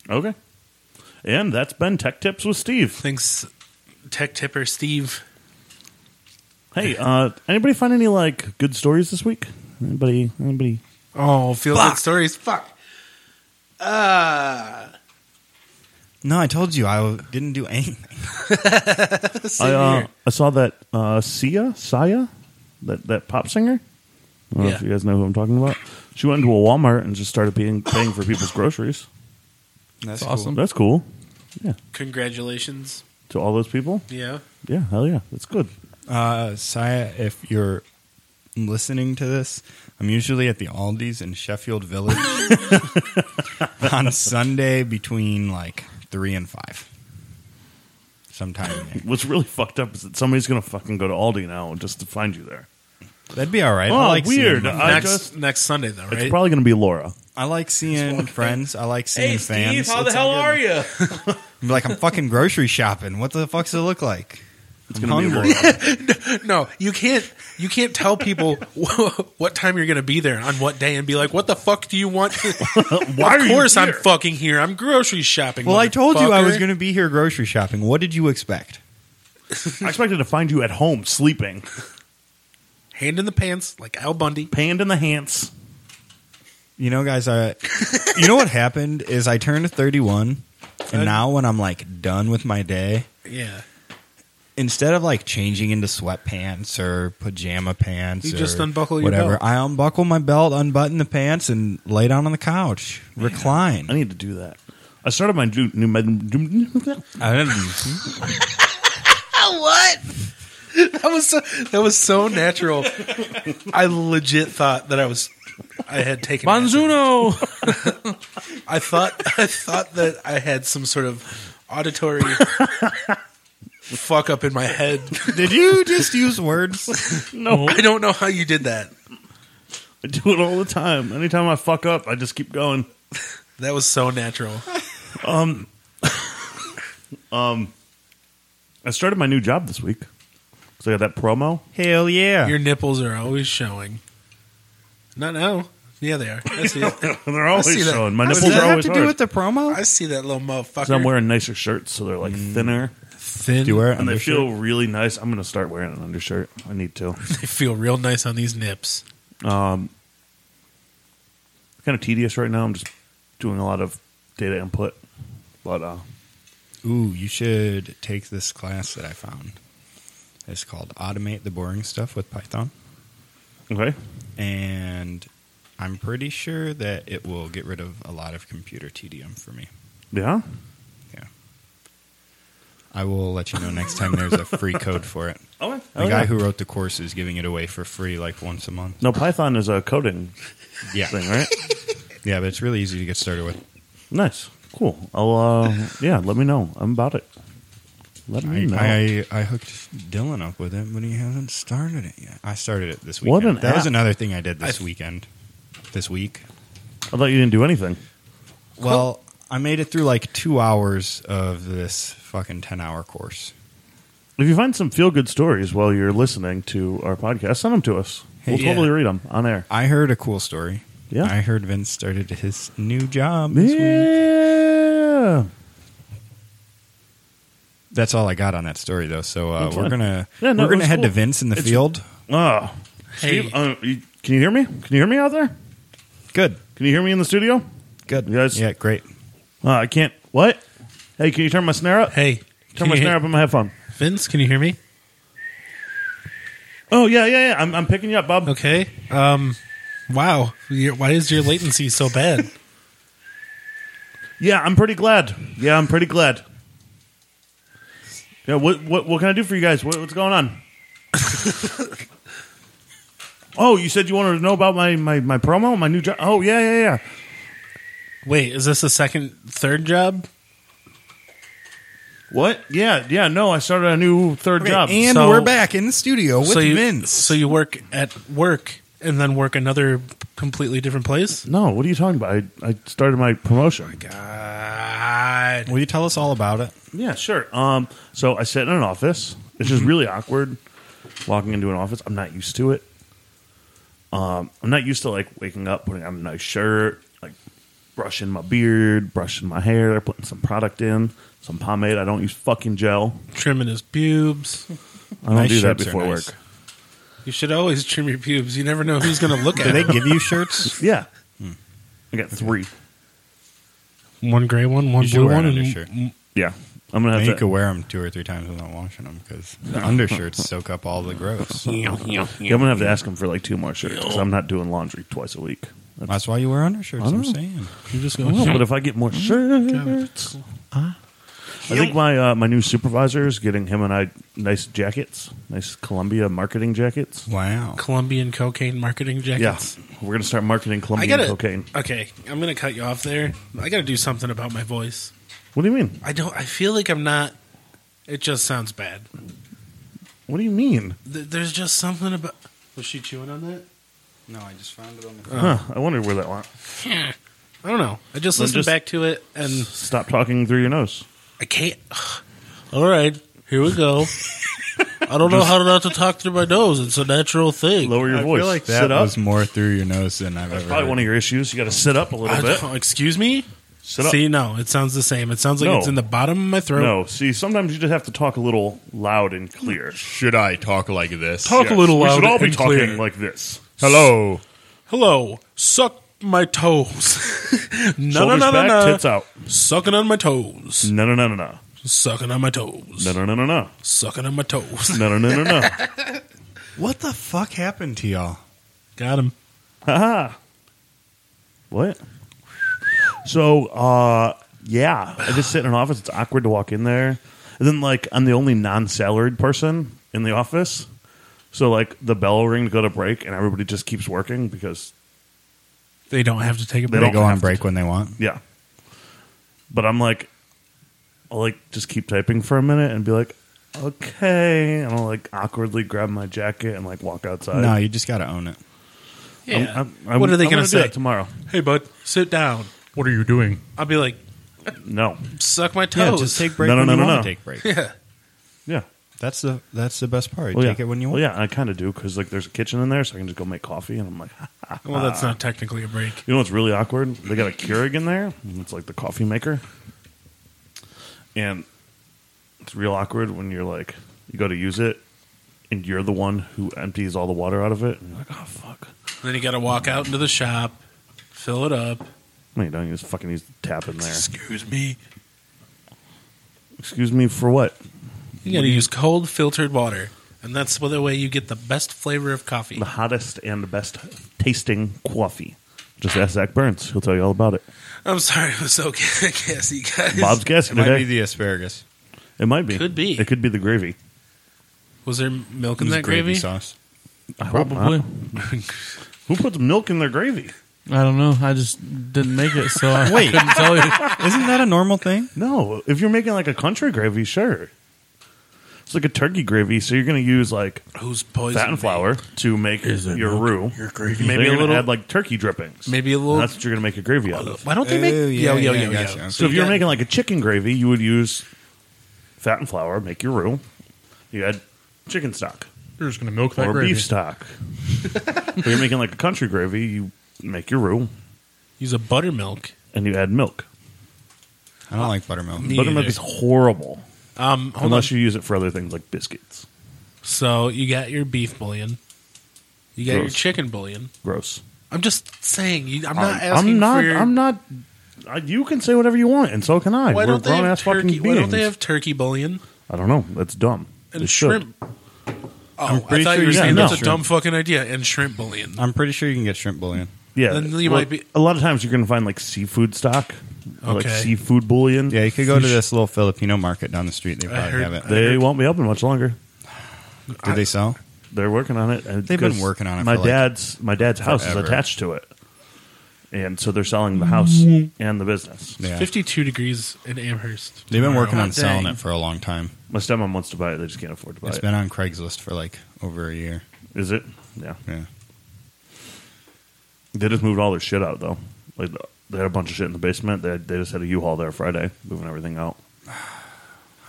okay. And that's been Tech Tips with Steve.
Thanks, tech tipper Steve.
Hey, uh, anybody find any like good stories this week? Anybody? Anybody?
Oh, feel
Fuck.
good stories. Fuck. Uh,
No, I told you I didn't do anything.
I,
same
uh,
here.
I saw that uh, Sia Saya, that that pop singer. I don't know if
Yeah.
you guys know who I'm talking about. She went into a Walmart and just started paying paying for people's groceries.
That's
awesome.
That's cool
Congratulations.
to all those people.
Yeah.
Yeah, hell yeah, that's good.
Uh, Saya, if you're listening to this, I'm usually at the Aldi's in Sheffield
[LAUGHS]
Village on Sunday between like three and five. Sometime in there.
What's really fucked up is that somebody's gonna fucking go to Aldi now just to find you there.
That'd be all right.
Oh,
I like
weird.
Seeing,
I
Next
just-
next Sunday though,
It's
right?
probably gonna be Laura.
I like seeing friends. I like seeing fans. It's all good.
you?
I'm like I'm fucking grocery shopping. What the fuck's it look like?
It's
I'm
gonna
hungry.
be
[LAUGHS]
Laura.
no, you can't. You can't tell people [LAUGHS] what time you're going to be there on what day and be like, "What the fuck do you want?"
[LAUGHS]
Why [LAUGHS]
of
are you
course, I'm
here?
fucking here. I'm grocery shopping.
Well, I told you I was
motherfucker.
going to be here grocery shopping. What did you expect?
I expected to find you at home sleeping,
hand in the pants like Al Bundy.
panned in the hands.
You know, guys, I, you know what happened is I turned 31, and now when I'm like done with my day,
Yeah,
instead of like changing into sweatpants or pajama pants,
You just
or
unbuckle your
whatever,
belt.
I unbuckle my belt, unbutton the pants, and lay down on the couch, recline.
I need to do that. I started my new, new med-
I didn't-
what? [LAUGHS] That was so, that was so [LAUGHS] natural. I legit thought that I was I had taken acid.
[LAUGHS] Bonzuno.
I thought [LAUGHS] I thought that I had some sort of auditory fuck up in my head.
Did you just use words?
No,
I don't know how you did that.
I do it all the time. Anytime I fuck up, I just keep going. Um,
That was so natural.
[LAUGHS] I started my new job this week. So I got that promo. [LAUGHS]
Hell yeah!
Your nipples are always showing. Not now. Yeah, they are. I see [LAUGHS] it.
They're always
see that.
showing. My
I
Does
nipples
that
are
have
always
to
hard.
do with the promo?
I see that little
'Cause
motherfucker.
I'm wearing nicer shirts, so they're like thinner
thin.
Do you wear an
and
Mm.
they
undershirt?
feel really nice. I'm gonna start wearing an undershirt. I need to.
They feel real nice on these nips.
Um, kind of tedious right now. I'm just doing a lot of data input. But uh,
Ooh, you should take this class that I found. It's called Automate the Boring Stuff with Python.
okay,
And I'm pretty sure that it will get rid of a lot of computer tedium for me.
yeah,
I will let you know next time there's a
[LAUGHS]
free code for it.
okay.
The guy who wrote the course is giving it away for free like once a month.
no Python is a coding
Yeah.
thing, right?
Yeah, but it's really easy to get started with.
nice, cool.
[LAUGHS]
I'll uh, yeah, let me know. I'm about it. Let me
I,
know.
I, I hooked Dylan up with it, but he hasn't started it yet. I started it this
What
weekend.
an
that was
app.
another thing I did this
I-
weekend. This week.
I thought you didn't do anything.
Well, I made it through like two hours of this fucking 10 hour course.
If you find some feel good stories while you're listening to our podcast, send them to us.
Hey,
we'll
yeah.
totally read them on air.
I heard a cool story.
Yeah.
I heard Vince started his new job this week.
Yeah.
That's all I got on that story, though. So uh,
That's
we're
fine.
going to
Yeah, no,
we're
it
going to
was
head to
cool.
Vince in the
It's-
field.
Oh,
Hey.
Steve, uh, you- can you hear me? Can you hear me out there?
Good.
Can you hear me in the studio?
Good.
You guys-
Yeah, great.
Uh, I can't. What? Hey, can you turn my snare up?
Hey,
turn
can
my
you
snare
hear-
up on my headphone.
Vince, can you hear me?
Oh yeah, yeah, yeah. I'm, I'm picking you up, Bob.
Okay. Um, wow. Your- Why is your latency so bad?
Yeah, I'm pretty glad. Yeah, I'm pretty glad. Yeah, what what what can I do for you guys? What, what's
[LAUGHS]
going on? oh, you said you wanted to know about my my, my promo, my new job. Oh yeah, yeah, yeah.
Wait, is this a second, third job?
What? Yeah, yeah. No, I started a new third job.
and
So-
we're back in the studio with
so you,
Vince.
So you work at work and then work another completely different place?
no, what are you talking about? I, I started my promotion.
God.
Will you tell us all about it?
Yeah, sure. Um, so I sit in an office.
Mm-hmm.
It's just really awkward walking into an office. I'm not used to it. Um, I'm not used to like waking up, putting on a nice shirt, like brushing my beard, brushing my hair, putting some product in, some pomade. I don't use fucking gel.
Trimming his pubes.
I don't
Nice
do that
shirts are
before
nice.
work.
You should always trim your pubes. You never know who's going to look
Do
at
they
it.
give you
[LAUGHS]
shirts?
Yeah,
Hmm.
I got three.
One gray one, one
You should
blue
wear
one,
an
and
undershirt.
Yeah, I'm gonna
Now
have
you
to.
could wear them two or three times without washing them because the undershirts soak up all the gross.
yeah, I'm gonna have to ask him for like two more shirts because I'm not doing laundry twice a week. That's,
That's why you wear undershirts.
I
I'm
know.
saying.
you just go.
Oh, but if I get
Mm-hmm.
more shirts, I think my uh, my new supervisor is getting him and I nice jackets, nice Columbia marketing jackets.
Wow.
Colombian cocaine marketing
Yeah,
jackets.
we're gonna start marketing
I
Colombian
gotta.
cocaine.
Okay, I'm gonna cut you off there. I gotta do something about my voice.
What do you mean?
I don't. I feel like I'm not. It just sounds bad.
What do you mean?
Th- There's just something about. Was she chewing on that?
No, I just found it on the.
Uh.
Huh? I wonder where that went.
I don't know. I just
Then
listened
just-
back to it and
Stop talking through your nose.
I can't. All right, here we
[LAUGHS]
go. I don't know how not to talk through my nose. It's a natural thing.
Lower your
I
voice.
feel like
sit
that
up.
was more through your nose than I've ever.
Probably
heard.
one of your issues. You got to sit up a
I
little bit.
don't- excuse me.
Sit up.
See, no, it sounds the same. It sounds like
No.
it's in the bottom of my throat.
no, see, sometimes you just have to talk a little loud and clear.
Should I talk like this?
Talk a little
we
loud
should all be
and
talking
clear.
like this.
Hello.
Hello, suck my toes. [LAUGHS] no, no,
Shoulders
no, no,
back,
no.
tits out.
Sucking on my toes.
No, no, no, no, no,
Sucking on my toes.
no, no, no, no, no,
Sucking on my toes. [LAUGHS]
no, no, no, no, no.
What the fuck happened to y'all?
Got him.
Haha. What? So, uh, yeah, I just sit in an office. It's awkward to walk in there. And then, like, I'm the only non salaried person in the office. So, like, the bell will ring to go to break, and everybody just keeps working because,
They don't have to take a
They
They,
break.
go
don't have
on
to
break when they want.
yeah. But I'm like, I'll, like, just keep typing for a minute and be like, okay. And I'll, like, awkwardly grab my jacket and, like, walk outside.
No, you just got to own it.
I'm-
Yeah.
I'm- I'm-
what are they
I'm
going
gonna
to
do
say?
that tomorrow?
Hey, bud, sit down.
What are you doing?
I'll be like,
No.
suck my
Yeah,
toes.
just take break.
No, no,
when
no,
you
no,
wanna
no.
Take break.
yeah.
Yeah.
That's the that's the best part.
Well,
take
yeah.
it when you
Well,
want.
yeah, I kind of do because like there's a kitchen in there, so I can just go make coffee, and I'm like, "Ah,
Well, that's not technically a break.
you know what's really awkward? They got a Keurig in there. and It's like the coffee maker, and it's real awkward when you're like, you go to use it, and you're the one who empties all the water out of it, and you're like, oh fuck.
Then you got to walk out into the shop, fill it up,
No, you don't. You just fucking use the tap in there.
Excuse me.
Excuse me for what?
You gotta use cold filtered water, and that's the way you get the best flavor of coffee.
The hottest and the best tasting coffee. Just ask Zach Burns. He'll tell you all about it.
I'm sorry, it was so [LAUGHS] gassy, guys.
Bob's
It
guessing
might be
today.
the asparagus.
it might be.
Could be.
It could be the gravy.
was there milk in
It was
that
[LAUGHS]
gravy?
sauce.
I hope
Probably.
not. Who puts milk in their gravy?
I don't know. I just didn't make it, so I
Wait.
couldn't tell you.
Isn't that a normal thing?
No, if you're making like a country gravy, sure. It's like a turkey gravy, so you're going to use like
Who's poison?
fat and flour to make
Is
your
it milk
roux.
in your gravy?
Maybe
Maybe a
you're going to
little-
add like turkey drippings.
Maybe a little-
That's what you're going to make your gravy out of.
Why don't they make?
Oh, yeah,
yo, yo,
yeah,
yo,
gotcha.
yo.
So
So if you're
got-
making like a chicken gravy, you would use fat and flour, make your roux. You add chicken stock
You're just going to milk that
or
gravy.
beef stock. if you're making like a country gravy, you make your roux
use a buttermilk,
and you add milk.
I don't like buttermilk.
Me-
Buttermilk
either.
is horrible
um, hold
unless
on.
you use it for other things like biscuits.
So you got your beef bouillon. You got your
Gross.
chicken bouillon.
Gross.
I'm just saying. You, I'm
Um,
not asking
I'm not.
for your.
I'm not. I, you can say whatever you want, and so can I.
why
We're
don't they
grown
have
ass fucking
turkey?
beings.
Why don't they have turkey bouillon
I don't know. That's dumb.
and
They should.
shrimp?
I'm
Oh, I
pretty
thought
sure
you were
you
saying
can Oh,
that's
get
a dumb fucking idea. And shrimp bouillon.
I'm pretty sure you can get shrimp bouillon.
Yeah,
Then you might be-
A lot of times you're going to find like seafood stock, or, like
Okay.
seafood bullion.
Yeah, you could go to this little Filipino market down the street. They
I
probably
heard-
have it.
They won't be open much longer.
Do they sell?
They're working on it. and
They've been
'cause
working on it
My
for, like,
dad's my dad's house
forever.
is attached to it, and so they're selling the house and the business.
Yeah.
Fifty-two degrees in Amherst.
They've been
tomorrow.
working on
God
selling
dang.
it for a long time.
My stepmom wants to buy it. They just can't afford to buy
It's
it.
been on Craigslist for like over a year.
Is it? Yeah.
Yeah.
They just moved all their shit out though. Like they had a bunch of shit in the basement. They they just had a U-Haul there Friday, moving everything out.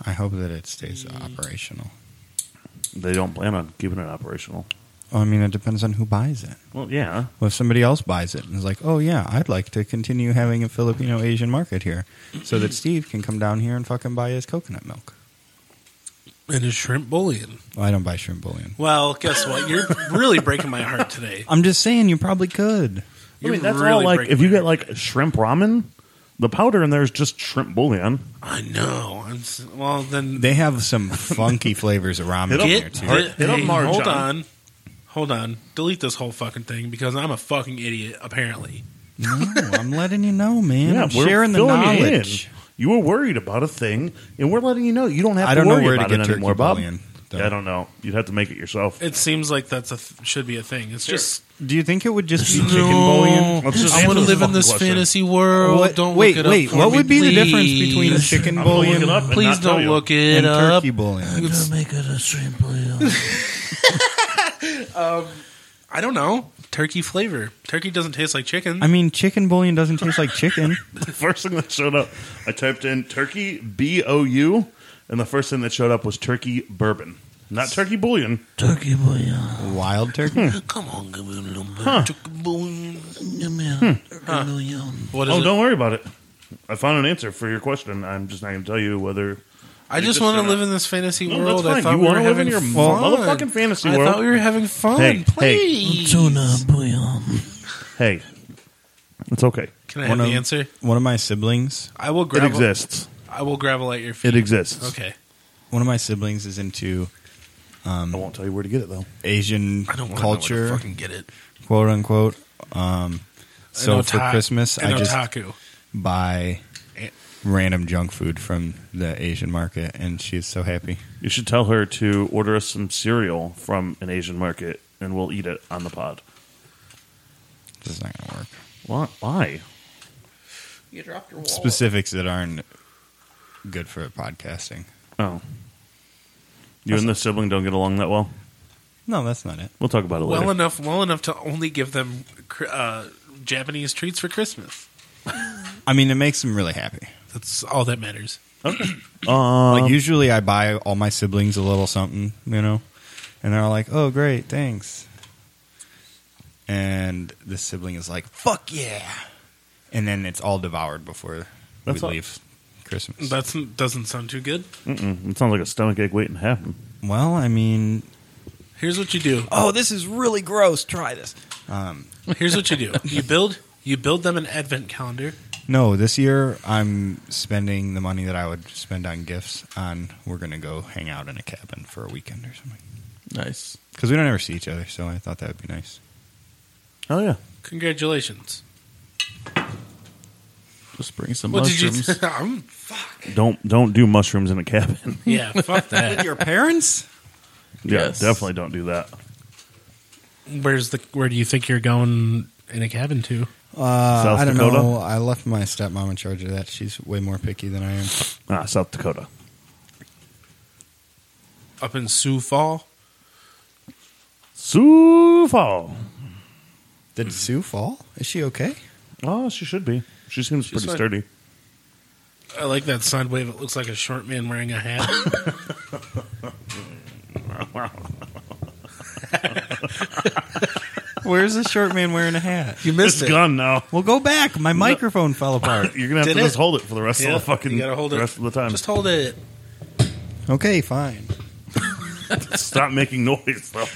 I hope that it stays operational.
They don't plan on keeping it operational.
Well, I mean, it depends on who buys it.
Well, yeah.
Well, if somebody else buys it and is like, "Oh yeah, I'd like to continue having a Filipino Asian market here, so that Steve can come down here and fucking buy his coconut milk."
And a shrimp bouillon.
Well, I don't buy shrimp bouillon.
Well, guess what? You're really breaking my heart today.
I'm just saying, you probably could.
[LAUGHS] I mean,
You're
that's all
really
like
breaking
if you
my
get
heart.
like shrimp ramen, the powder in there is just shrimp bouillon.
I know. I'm s well, then
They have some funky flavors of ramen
It'll-
here
get
too.
thi-
Hit up
hey,
Marge
hold
on.
on, hold on. Delete this whole fucking thing because I'm a fucking idiot. Apparently,
No, I'm letting you know, man. I'm
we're
sharing the
filling you in.
knowledge.
You were worried about a thing, and we're letting you know you don't have
I
to
don't know
worry
where to
about
get
it
turkey
anymore, Bob.
bouillon, though.
Yeah, I don't know. You'd have to make it yourself.
it seems like that's a th- should be a thing. It's just
Do you think it would just be chicken bouillon?
Let's just
I want
answer
to
this
live in this
fucking question.
fantasy world.
What-
Don't
wait,
look it up
wait.
for
what
me,
would be the difference
please.
between chicken
I'm gonna look
bouillon
it up and
Please
not tell
don't
you.
look it
and
up.
turkey bouillon?
It's-
make it a shrimp bouillon.
I don't know. Turkey flavor. Turkey doesn't taste like chicken.
I mean, chicken bouillon doesn't taste like chicken.
The [LAUGHS] first thing that showed up, I typed in turkey B O U, and the first thing that showed up was turkey bourbon, not turkey bouillon.
Turkey bouillon.
Wild turkey.
Come on, give me a little bit.
Huh.
Turkey bouillon.
Yum, yum. Turkey bouillon.
What is
Oh,
it?
don't worry about it. I found an answer for your question. I'm just not going to tell you whether.
I
You
just
just
want to
don't
live
know.
in this fantasy
No,
world.
that's
I
fine.
thought
You
we were
wanna live in
having
your
fun.
motherfucking fantasy
I
world.
thought we were having fun.
Hey, hey.
Please.
Tuna bouillon.
Hey, it's okay.
Can I have the
One of-
answer?
One of my siblings.
I will
It
gravel.
exists.
I will gravel at your feet.
It exists.
Okay.
One of my siblings is into
I won't tell you where to get it though.
Asian
I don't want
culture,
to fucking get it.
quote unquote. Um, so
An
for
ota-
Christmas,
an
I just
otaku.
buy
Eh.
random junk food from the Asian market, and she's so happy.
You should tell her to order us some cereal from an Asian market, and we'll eat it on the pod.
This is not going to work.
Why? Why?
You dropped your wallet.
Specifics that aren't good for podcasting.
Oh, you and the sibling don't get along that well.
No, that's not it.
We'll talk about it
Well
later.
enough. Well enough to only give them cr- uh, Japanese treats for Christmas.
I mean, it makes them really happy.
That's all that matters.
Um,
like usually, I buy all my siblings a little something, you know, and they're all like, "Oh, great, thanks." And the sibling is like, "Fuck yeah!" And then it's all devoured before
That's
we
all-
leave Christmas.
That doesn't sound too good.
Mm-mm. It sounds like a stomach ache waiting to happen.
well, I mean,
Here's what you do.
oh, this is really gross. Try this. Um,
Here's what you do. You build You build them an advent calendar.
No, this year I'm spending the money that I would spend on gifts on we're going to go hang out in a cabin for a weekend or something.
Nice.
Because we don't ever see each other, so I thought that would be nice.
Oh yeah.
Congratulations.
Just bring some
What did you? [LAUGHS]
mushrooms.
I'm-
Don't don't do mushrooms in a cabin. [LAUGHS]
yeah, [LAUGHS] fuck that.
Your parents?
yeah,
Yes.
definitely don't do that.
Where's the? Where do you think you're going in a cabin to?
Uh,
South
I don't
Dakota?
know. I left my stepmom in charge of that. She's way more picky than I am.
Ah, South Dakota.
Up in Sioux Fall.
Sioux Falls.
Did Sue fall? Is she okay?
Oh, she should be. She seems pretty
fine.
sturdy.
I like that sine wave. It looks like a short man wearing a hat.
Where's the short man wearing a hat?
you
It's gone now.
Well, go back. My microphone fell apart.
[LAUGHS] You're gonna have
Did
to just
it?
hold it for the rest
Yeah,
of the fucking
you gotta hold it.
rest of the time.
Just hold it.
Okay, fine.
[LAUGHS] Stop making noise though.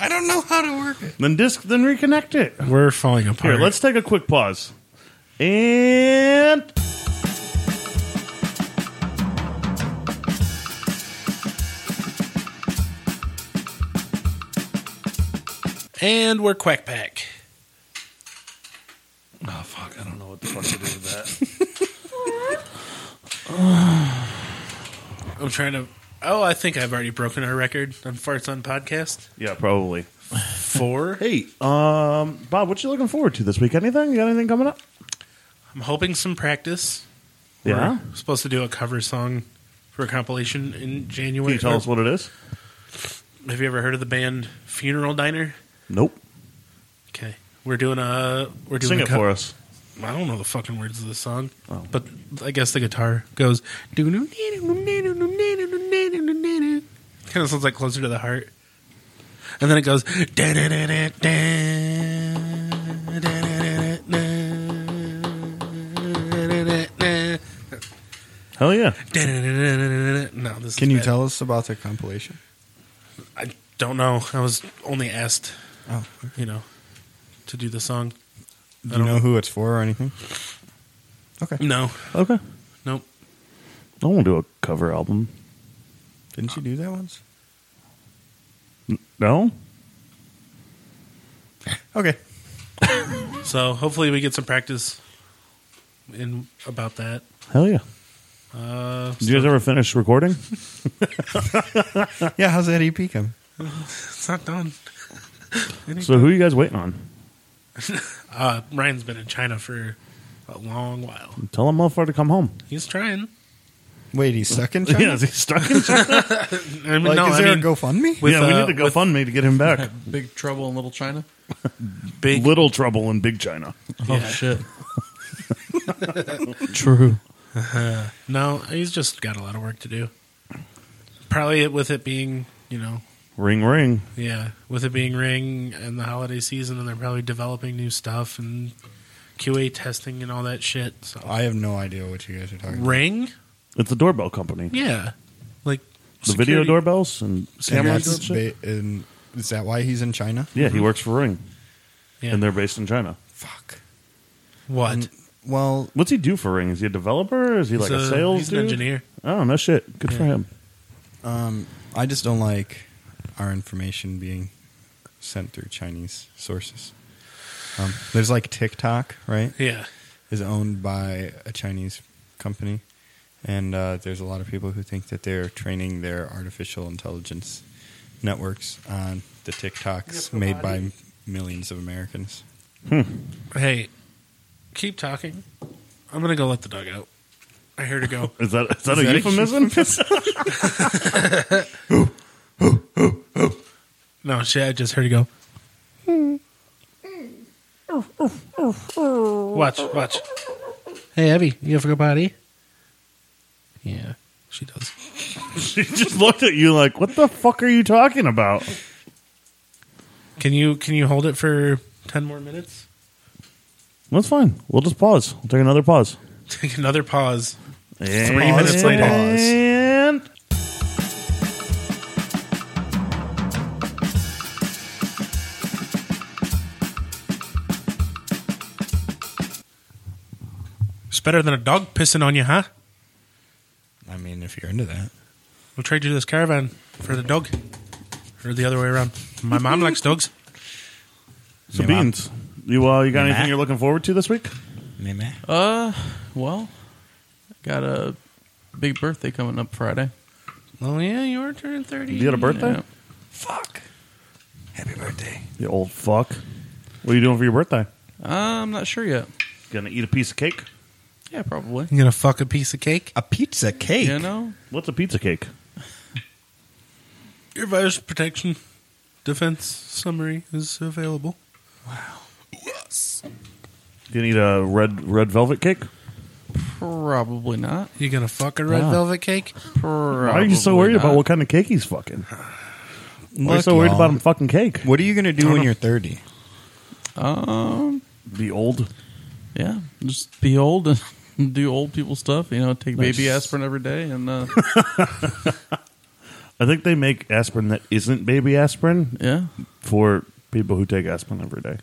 I don't know how to work it.
Then disc then reconnect it.
We're falling apart.
Here, let's take a quick pause. And
and we're Quack Pack.
Oh fuck, I don't know what the fuck to do with that.
I'm trying to. Oh, I think I've already broken our record on farts on podcast.
[LAUGHS] yeah, probably.
Four.
Hey, um, Bob, what you looking forward to this week? Anything? You got anything coming up?
I'm hoping some practice.
Yeah.
We're supposed to do a cover song for a compilation in January.
Can you tell us what it is?
Have you ever heard of the band Funeral Diner?
Nope.
Okay, we're doing a we're doing
Sing
a
it
co-
for us.
I don't know the fucking words of the song,
Oh.
but I guess the guitar goes. Kind of sounds like closer to the heart, and then it goes.
Hell yeah.
No, this
Can
is
you
bad.
tell us about the compilation?
I don't know. I was only asked,
Oh,
you know, to do the song.
do
I
you
don't
know who it's for or anything? Okay.
No,
Okay.
nope.
I won't do a cover album.
Didn't you do that once?
No?
Okay.
So hopefully we get some practice in about that.
Hell yeah.
Uh,
Did you guys ever finish recording?
Yeah, how's that E EP coming?
It's not done.
so who you guys waiting on?
Uh, Ryan's been in China for a long while.
Tell them motherfucker to come home.
He's trying.
Wait, he's stuck
[LAUGHS]
in China?
Yeah, is he stuck
[LAUGHS]
in China?
I mean,
Like,
no,
is
I
there
mean,
a GoFundMe?
with,
yeah, we
uh,
need to GoFundMe to get him back.
Big trouble in Little China.
[LAUGHS] big.
Little trouble in Big China.
Oh
Yeah.
[LAUGHS] shit. True.
No, he's just got a lot of work to do. Probably it- with it being, you know,
Ring, ring.
yeah, with it being ring and the holiday season, and they're probably developing new stuff and QA testing and all that shit. So
I have no idea what you guys are talking about.
ring,
It's a doorbell company.
yeah, like
The video
security-
doorbells and
And
cameras and
that's
shit.
ba- and is that why he's in China?
Yeah, he works for Ring,
Mhm. Yeah.
and they're based in China.
Fuck.
what?
Well,
What's he do for Ring? Is he a developer? Is he like
He's
a, sales
he's
dude?
an engineer.
Oh no, shit. Good for
Yeah.
him.
um, I just don't like our information being sent through Chinese sources. Um, there's like TikTok, right?
Yeah,
Is owned by a Chinese company, and uh, there's a lot of people who think that they're training their artificial intelligence networks on the TikToks made by millions of Americans.
Hey, keep talking. I'm gonna go let the dog out. I heard her go.
Is that is
Is
that a
that a
euphemism?
[LAUGHS]
[LAUGHS]
no, shit, I just heard her go. Watch, watch. Hey, Abby, you ever go potty? Yeah, she does.
[LAUGHS] she just looked at you like, "What the fuck are you talking about?"
Can you can you hold it for ten more minutes? [LAUGHS]
That's fine. We'll just pause. We'll take another pause.
Take another pause.
Three
minutes later.
And
better than a dog pissing on you, huh?
I mean, if you're into that,
We'll trade you this caravan for the dog, or the other way around. My mom likes dogs.
So
Yeah, Mom.
beans, you uh, you got
Yeah,
anything
Matt.
you're looking forward to this week?
maybe.
Uh, well, got a big birthday coming up Friday.
Oh yeah, you are turning thirty.
You got a birthday?
Yeah.
Fuck. Happy birthday.
You old fuck. What are you doing for your birthday?
Uh, I'm not sure yet.
Gonna eat a piece of cake.
Yeah, probably.
You gonna fuck a piece of cake?
A pizza cake.
You know,
What's a pizza cake?
Your virus protection defense summary is available.
You gonna eat a red red velvet cake?
probably not.
You gonna fuck a red
Ah.
velvet cake?
Probably
Why are you so worried
not.
about what kind of cake he's fucking? Why are you
Look,
so worried
y'all.
about him fucking cake?
What are you gonna do when you're 30?
Um,
Be old.
yeah, just be old and [LAUGHS] do old people stuff. You know, take baby
Nice.
aspirin every day, and uh,
I think they make aspirin that isn't baby aspirin
yeah,
for people who take aspirin every day.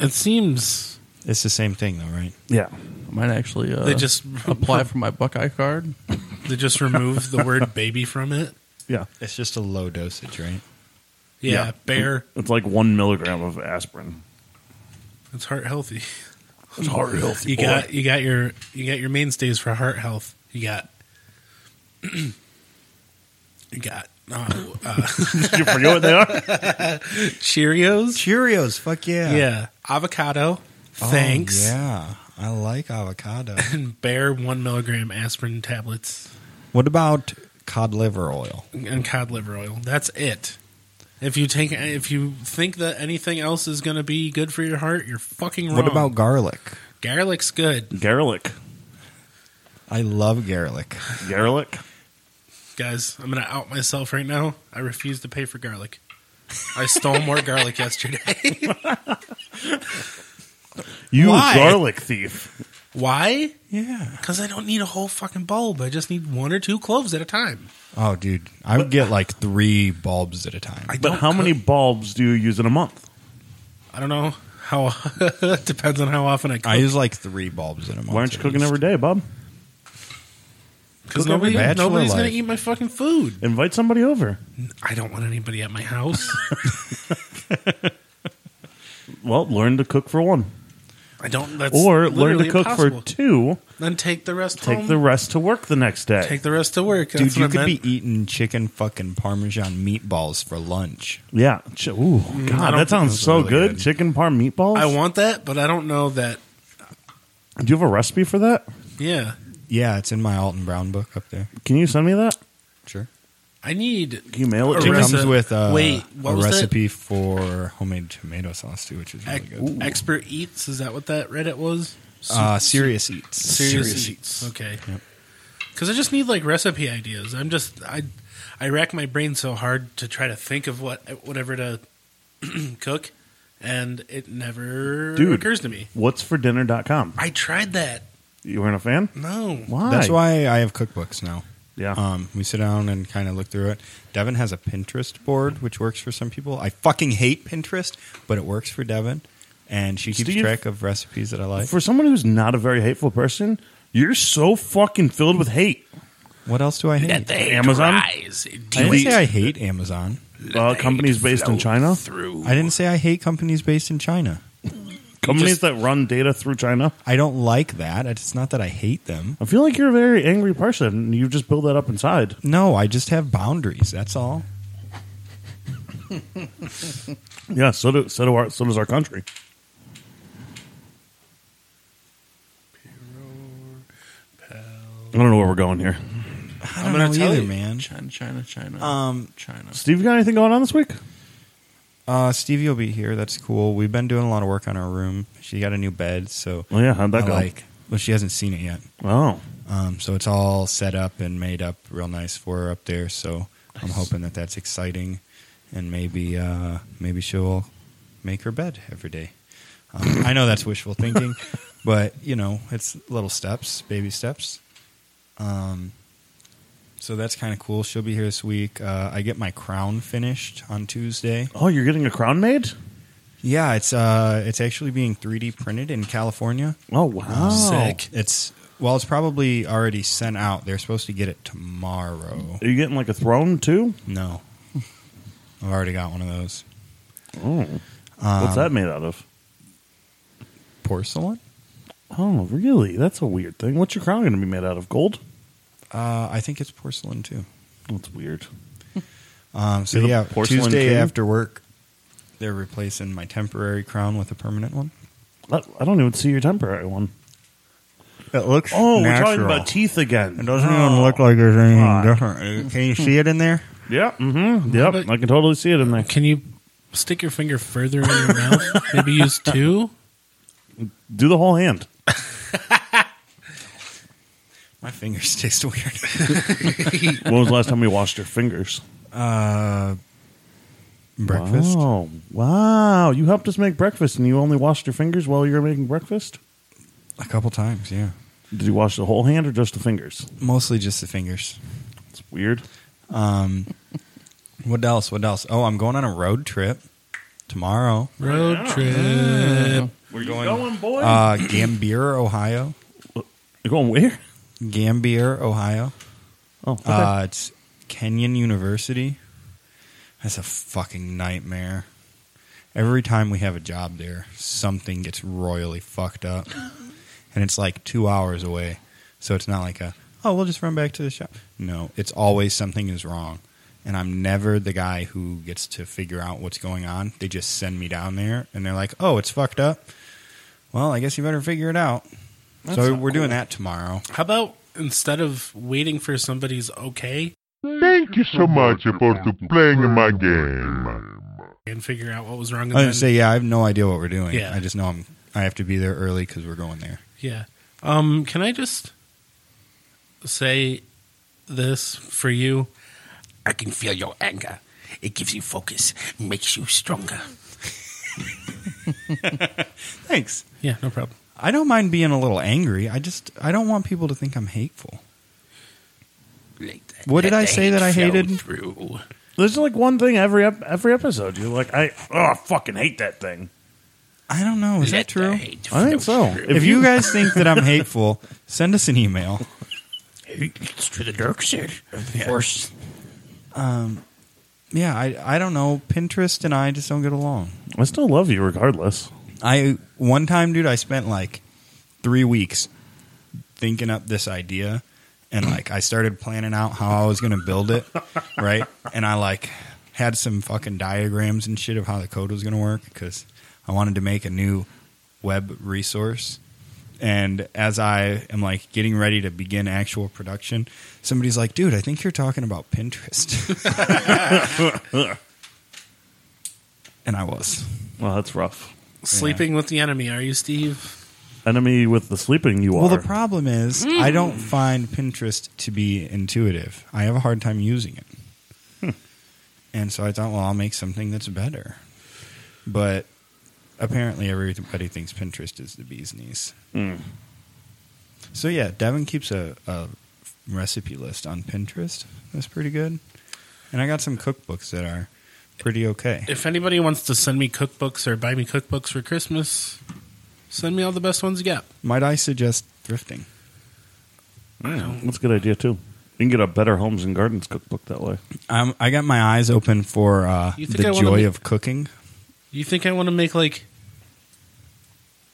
It seems
It's the same thing, though, right?
Yeah.
I might actually uh,
They just-
[LAUGHS] apply for my Buckeye card.
they just removed the word [LAUGHS] baby from it.
Yeah.
It's just a low dosage, right?
Yeah, bear.
It's like one milligram of aspirin. [LAUGHS]
It's heart healthy.
It's heart healthy.
You got you got your you got your mainstays for heart health. You got [CLEARS THROAT] you got oh, uh,
Did you forget what they are?
[LAUGHS]
Cheerios.
Cheerios, fuck yeah.
Yeah. avocado.
Oh,
thanks.
yeah. I like avocado.
And bear one milligram aspirin tablets
what about cod liver oil?
and cod liver oil. That's it. If you take if you think that anything else is going to be good for your heart, you're fucking wrong.
What about garlic?
garlic's good,
Garlic.
I love garlic.
Garlic.
guys? I'm going to out myself right now. I refuse to pay for garlic. I stole more garlic yesterday. [LAUGHS]
You
Why?
garlic thief.
Why?
Yeah.
Because I don't need a whole fucking bulb. I just need one or two cloves at a time.
Oh, dude, I would get like three bulbs at a time.
I
But
don't
how many
cook-
bulbs do you use in a month?
I don't know how. [LAUGHS] depends on how often I cook.
I use like three bulbs in a month.
Why aren't you
at
cooking
least.
every day, Bob?
Because
Cook every
nobody,
bachelor
nobody's going
life.
to eat my fucking food.
Invite somebody over.
I don't want anybody at
[LAUGHS]
my house.
Well, learn to cook for one,
I don't. That's
or learn to
literally
cook
impossible.
for two.
Then take the rest
Take
home.
the rest to work the next day.
take the rest to work. That's
Dude, you
what I
could
meant.
be eating chicken fucking parmesan meatballs for lunch.
yeah. Ch- Ooh,
Mm, I
God,
don't
that sounds
think
so
those are really
good.
good.
Chicken parm meatballs.
I want that, but I don't know that.
do you have a recipe for that?
Yeah,
Yeah, it's in my Alton Brown book up there.
Can you send me that?
Sure.
I need.
Can you mail it
A
It
to me?
recipe.
comes with uh,
Wait, what
a
was that?
recipe for homemade tomato sauce too, which is really
Ec-
good.
expert eats. Is that what that Reddit was?
Uh, serious eats.
Serious, eats. Okay.
Yep.
Because I just need like recipe ideas. I'm just I, I rack my brain so hard to try to think of what whatever to [CLEARS THROAT] cook, and it never
Dude.
occurs to me.
What's for dinner.com?
I tried that.
You weren't a fan?
No.
Why?
That's why I have cookbooks now.
Yeah.
Uh,
Um, we sit down and kind of look through it. Devin has a Pinterest board, which works for some people. I fucking hate Pinterest, but it works for Devin, and she keeps
Steve?
track of recipes that I like.
for someone who's not a very hateful person, you're so fucking filled with hate.
what else do I hate?
That they
Amazon?
rise.
I didn't
Delete.
say I hate Amazon.
Uh, companies based in China,
through.
I didn't say I hate companies based in China.
companies
just-
that run data through China.
I don't like that. It's not that I hate them.
I feel like you're a very angry person. and You just build that up inside.
No, I just have boundaries. That's all.
Yeah, so do so do our so does our country. I don't know where we're going here.
I
I'm
don't
gonna
know
tell
either,
you.
man.
China, China, China,
Um,
China.
Steve, you got anything going on this week?
Uh, Stevie will be here. That's cool. We've been doing a lot of work on our room. She got a new bed, so
Oh yeah, how'd that
I
go?
like. Well, she hasn't seen it yet,
Oh,
um, so it's all set up and made up real nice for her up there. So I'm hoping that that's exciting, and maybe uh, maybe she'll make her bed every day. Um,
[LAUGHS]
I know that's wishful thinking, but you know it's little steps, baby steps. Um, so that's kind of cool. She'll be here this week. Uh, I get my crown finished on Tuesday.
oh, you're getting a crown made?
Yeah, it's uh, it's actually being 3D printed in California. Um,
Oh wow!
Sick.
It's well, it's probably already sent out. They're supposed to get it tomorrow.
Are you getting like a throne too?
No, I've already got one of those
Oh, what's that made out of?
porcelain.
Oh, really? That's a weird thing. What's your crown going to be made out of? Gold?
Uh, I think it's porcelain too.
That's weird.
Um, so
You're the
yeah,
porcelain
Tuesday
king?
after work, they're replacing my temporary crown with a permanent one.
I I don't even see your temporary one.
It looks
Oh, we're talking about Oh, teeth again.
It doesn't even look like there's anything
God.
different. Uh, Can you see it in there?
Yeah. Mm-hmm. Yep.
But-
I can totally see it in there.
Can you stick your finger further in your mouth? Maybe use [LAUGHS] two.
Do the whole hand.
[LAUGHS] My fingers taste weird. [LAUGHS]
when was the last time we washed your fingers?
Uh, breakfast.
Wow. Wow. You helped us make breakfast and you only washed your fingers while you were making breakfast?
A couple times, yeah.
Did you wash the whole hand or just the fingers?
Mostly just the fingers.
It's weird.
Um, [LAUGHS] what else? What else? Oh, I'm going on a road trip tomorrow.
Road trip.
Where you going, boy?
Uh, Gambier, Ohio.
You're going where?
Gambier, Ohio.
Oh, okay.
Uh, it's Kenyon University. That's a fucking nightmare. Every time we have a job there, something gets royally fucked
[LAUGHS]
up. And it's like two hours away. So it's not like a, oh, we'll just run back to the shop. No, it's always something is wrong. And I'm never the guy who gets to figure out what's going on. They just send me down there and they're like, oh, it's fucked up. Well, I guess you better figure it out. so we're doing that tomorrow.
How about instead of waiting for somebody's okay
Thank you so much for to playing my game.
and figure out what was wrong? And
I was
then-
gonna Oh, say, yeah, I have no idea what we're doing.
Yeah.
I just know I'm. I have to be there early because we're going there.
Yeah. Um, can I just say this for you?
I can feel your anger. It gives you focus, makes you stronger.
Thanks.
Yeah, no problem.
I don't mind being a little angry. I just I don't want people to think I'm hateful.
Let that-
What
let
did I
the
say
hate
that I
flow
hated?
Through.
There's like one thing every ep- every episode. You're like, I oh, I fucking hate
[LAUGHS]
that thing.
I don't know. Is
Let
that true?
the hate
I think
flow
so.
through.
If you guys think
[LAUGHS]
that I'm hateful, send us an email.
It's to the dark side, of course.
Yeah, I I don't know. Pinterest and I just don't get along.
I still love you regardless.
I one time, dude, I spent like three weeks thinking up this idea, and like I started planning out how I was going to build it, right? And I like had some fucking diagrams and shit of how the code was going to work because I wanted to make a new web resource. And as I am like getting ready to begin actual production, somebody's like, "Dude, I think you're talking about Pinterest," [LAUGHS] and I was.
Well, that's rough.
Sleeping with the enemy, are you, Steve?
Enemy with the sleeping you
Well,
are.
the problem is I don't find Pinterest to be intuitive. I have a hard time using it. Hmm. And so I thought, well, I'll make something that's better. But apparently everybody thinks Pinterest is the bee's knees. So yeah, Devin keeps a, a recipe list on Pinterest. That's pretty good. And I got some cookbooks that are pretty okay.
If anybody wants to send me cookbooks or buy me cookbooks for Christmas, send me all the best ones you got.
Might I suggest thrifting?
that's a good idea too. You can get a better homes and gardens cookbook that way.
I'm, Um, I got my eyes open for uh,
You think
the
I wanna
joy
make-
of cooking.
You think I want to make like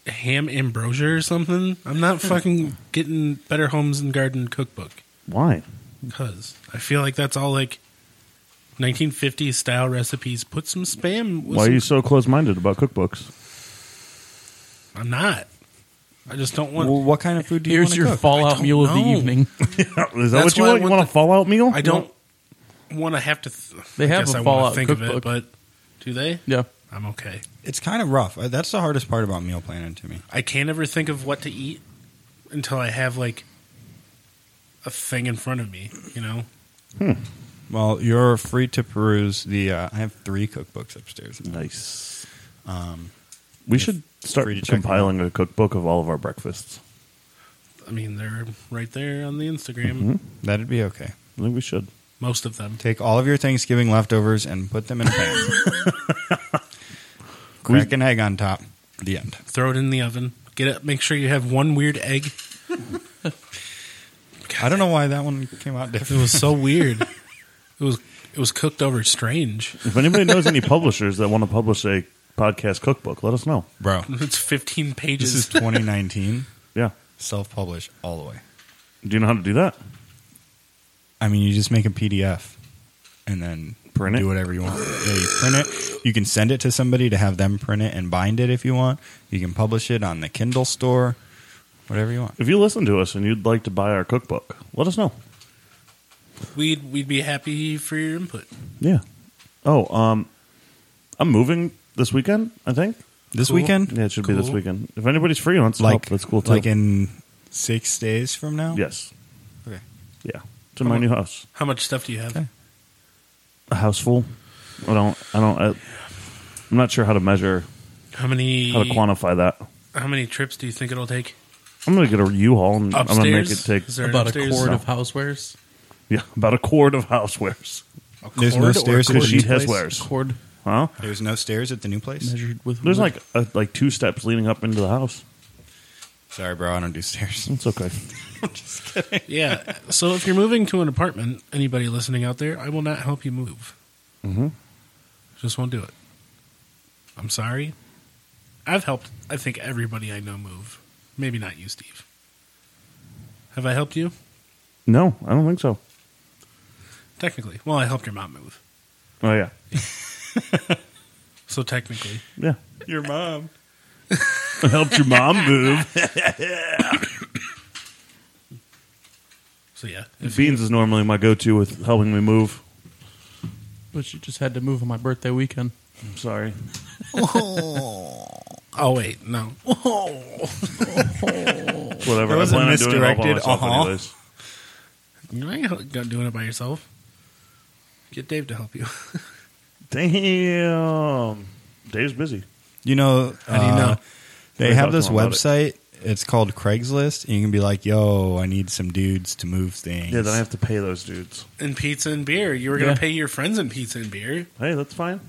ham ambrosia or something? I'm
Hmm.
not fucking getting Better Homes and Garden cookbook.
Why?
Because I feel like that's all like 1950s style recipes. Put some spam. With
Why are
some-
you so close minded about cookbooks?
I'm not. I just don't want.
Well, what kind of food do you
Here's
wanna
your
cook?
fallout
don't
meal of the
know.
evening.
Is that
That's
what
why
you
I
want? You
want
want a
the-
fallout meal?
I don't want to have to. Th-
They
I
have
guess
a
I wanna
Fallout
think
cookbook.
of it, but do they?
Yeah.
I'm okay.
It's kind of rough. Uh, That's the hardest part about meal planning to me.
I can't ever think of what to eat until I have like a thing in front of me. You know,
Well, you're free to peruse the. Uh, I have three cookbooks upstairs.
Nice.
Um,
We should start
free to check them
compiling a cookbook of all of our breakfasts.
I mean they're right there on the Instagram.
Mm-hmm. that'd be okay.
I think we should.
Most of them.
[LAUGHS] Take all of your Thanksgiving leftovers and put them in a pan. Crack an egg on top. The end.
Throw it in the oven. Get it. Make sure you have one weird egg.
I don't know why that one came out
It
different.
was so weird. It was it was cooked over strange.
If anybody knows any publishers that want to publish a podcast cookbook, let us know.
Bro,
It's 15 pages.
this is [LAUGHS] 2019.
Yeah.
Self publish all the way.
Do you know how to do that?
I mean, you just make a PDF and then
Print it?
Do whatever you want. Yeah, you print it. You can send it to somebody to have them print it and bind it if you want. You can publish it on the Kindle store, whatever you want.
If you listen to us and you'd like to buy our cookbook, let us know.
we'd we'd be happy for your input.
Yeah. Oh, um, I'm moving this weekend. I think.
This
Cool.
weekend,
Yeah, it should be this
Cool.
weekend. If anybody's free, wants to help,
Mm-hmm. like
that's cool too.
like in six days from now.
yes.
Okay.
Yeah. To my new house.
How much stuff do you have?
Okay.
A house full. I don't. I don't. I, I'm not sure how to measure
How many
how to quantify that.
how many trips do you think it'll take?
I'm gonna get a U-Haul and I'm gonna make it
Upstairs?
take
Is there an
About a
upstairs?
cord of housewares.
yeah about a cord of housewares.
There's no
Cord or
stairs. at
cord?
the
She
new-
has
place?
wares.
Cord
Huh?
There's no stairs at the new place.
measured with.
There's
wood.
like a, like two steps leading up into the house.
Sorry, bro, I don't do
[LAUGHS]
stairs.
It's okay.
Yeah. So if you're moving to an apartment, anybody listening out there, I will not help you move.
Mhm.
Just won't do it. I'm sorry. I've helped. I think everybody I know move. Maybe not you, Steve. Have I helped you?
No, I don't think so.
Technically, well, I helped your mom move.
Oh yeah,
So technically,
yeah.
Your mom.
I helped your mom move.
[LAUGHS]
so yeah.
Beans is normally my go-to with helping me move.
But you just had to move on my birthday weekend.
I'm sorry.
Oh wait, no.
Whatever.
That was
I
a
plan on doing it all by
misdirected,
myself
uh-huh.
anyways.
You ain't doing it by yourself. Get Dave to help you.
Damn. Dave's busy.
You know,
How do you
uh,
know?
they
We're
have this
talking about it.
website. It's called Craigslist, and you can be like, "Yo, I need some dudes to move things."
Yeah, then I have to pay those dudes.
And pizza and beer. You were gonna
Yeah.
pay your friends in pizza and beer.
Hey, that's fine.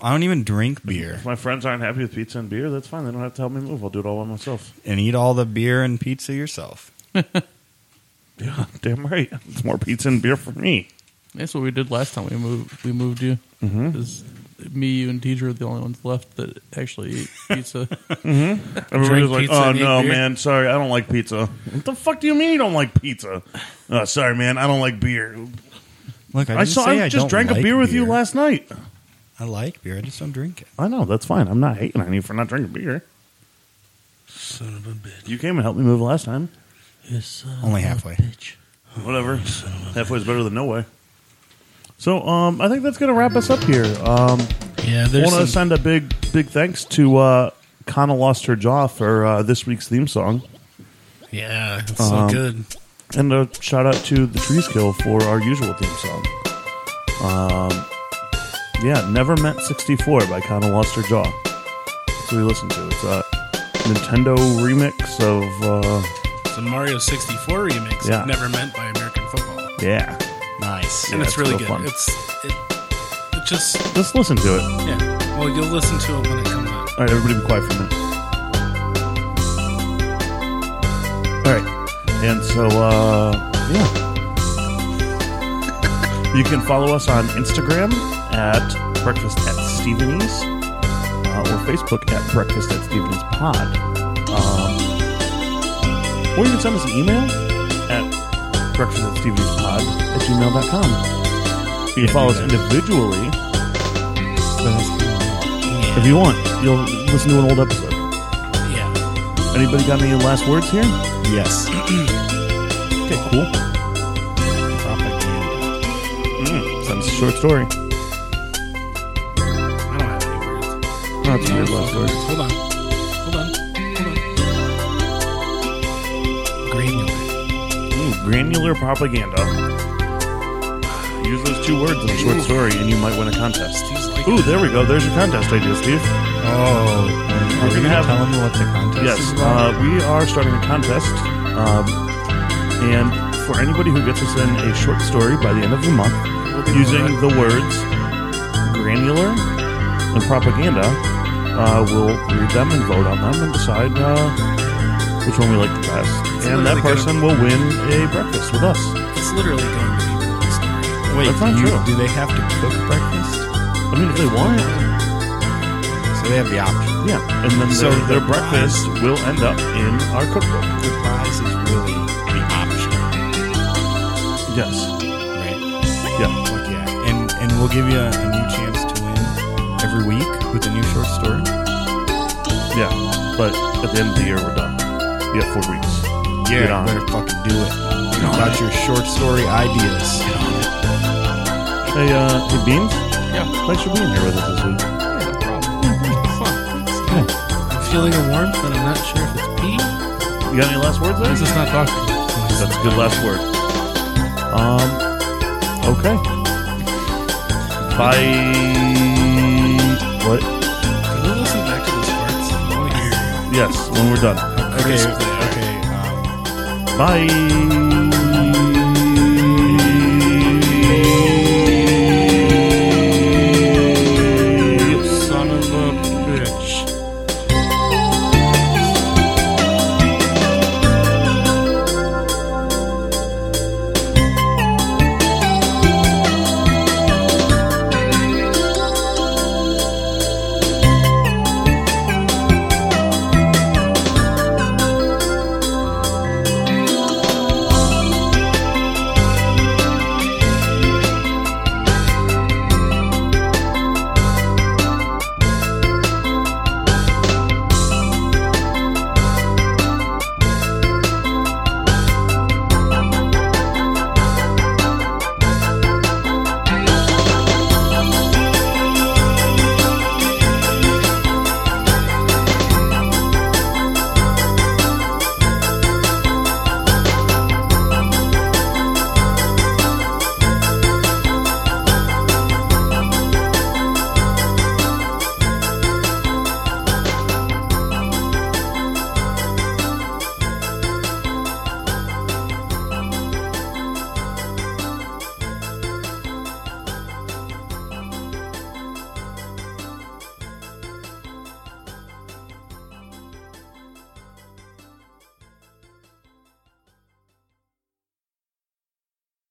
I don't even drink beer
If my friends aren't happy with pizza and beer, that's fine. They don't have to help me move. I'll do it all by myself.
and eat all the beer and pizza yourself.
Yeah, [LAUGHS] damn right. It's more pizza and beer for me.
That's what we did last time we moved. We moved you.
Mhm.
Mm-hmm.
'Cause Me, you, and Deidre are the only ones left that actually eat pizza.
Everybody was like,
pizza
"Oh
and eat
no,
beer?"
man, sorry, I don't like pizza." What the fuck do you mean you don't like pizza? Oh, sorry, man, I don't like beer.
Look, I,
I,
didn't
saw.
say
I, just
don't
drank a
like
beer with you last night.
I like beer. I just don't drink it.
I know that's fine. I'm not hating on you for not drinking beer.
Son of a bitch.
You came and helped me move last time.
Only halfway.
Whatever. Halfway's better than no way. So, um, I think that's gonna wrap us up here. Um,
Yeah,
I
there's
want to
some,
send a big, big thanks to uh, Kana lost her jaw for uh, this week's theme song,
yeah, it's
Um,
so good.
and a shout out to the Trees Kill for our usual theme song. Um, yeah, never meant sixty four by Kana lost her jaw. That's what we listened to. It's a Nintendo remix of uh,
It's a Mario 64 remix.
Yeah.
Never meant by American football,
yeah.
Nice.
and
Yeah,
it's,
it's
really
real
good.
fun.
It's it, it just
Just listen to it. All
yeah. Well, you'll listen to it when it comes out.
right, everybody, be quiet for a minute. All right, and so uh, yeah. You can follow us on Instagram at Breakfast at Stephenie's uh, or Facebook at Breakfast at Stephenie's Pod. Um, or you can send us an email at Breakfast at Stephenie's Pod at gmail.com. You can follow us individually if you want. You'll listen to an old episode.
Yeah.
Anybody got any last words here?
Yes.
Okay, cool.
Oh. Propaganda.
Sounds a short story.
I don't have any words.
That's a weird last story.
Hold on. Hold on. Hold on. Granular.
Ooh, granular propaganda. Use those two words in a short story, and you might win a contest.
Steve's like
Ooh, there we go. There's your contest idea, Steve.
Oh,
We're
are we
gonna
gonna
have-
tell them what the contest
Yes,
is? about?
uh, we are starting a contest, um, and for anybody who gets us in a short story by the end of the month, using the words granular and propaganda, uh, we'll read them and vote on them and decide uh, which one we like the best. and that
literally
person will win a breakfast with us.
It's literally going to be one story.
Wait,
That's not
do, you-
true.
do they have to cook breakfast?
I mean, if they want it,
So they have the option.
yeah. And then
So
their, their
the
breakfast will end up in our cookbook.
The prize is really the option,
Yes.
right?
Yeah.
Fuck yeah. And, and we'll give you a, a new chance to win every week with a new short story.
Yeah. But at the end of the year, we're done. You have four weeks. Get
Yeah,
on
you better fucking do it. About your short story ideas.
Hey, uh, hey, Beans?
Yeah.
Thanks for being here with us this week.
I'm feeling a warmth, and I'm not sure if it's pee.
You got any last words
This
there?
is not talking.
That's a good last word. Um, okay. Bye. What?
Can you listen back to those parts? I want to hear.
Yes, when we're done.
Okay, okay. Um,
Bye. um,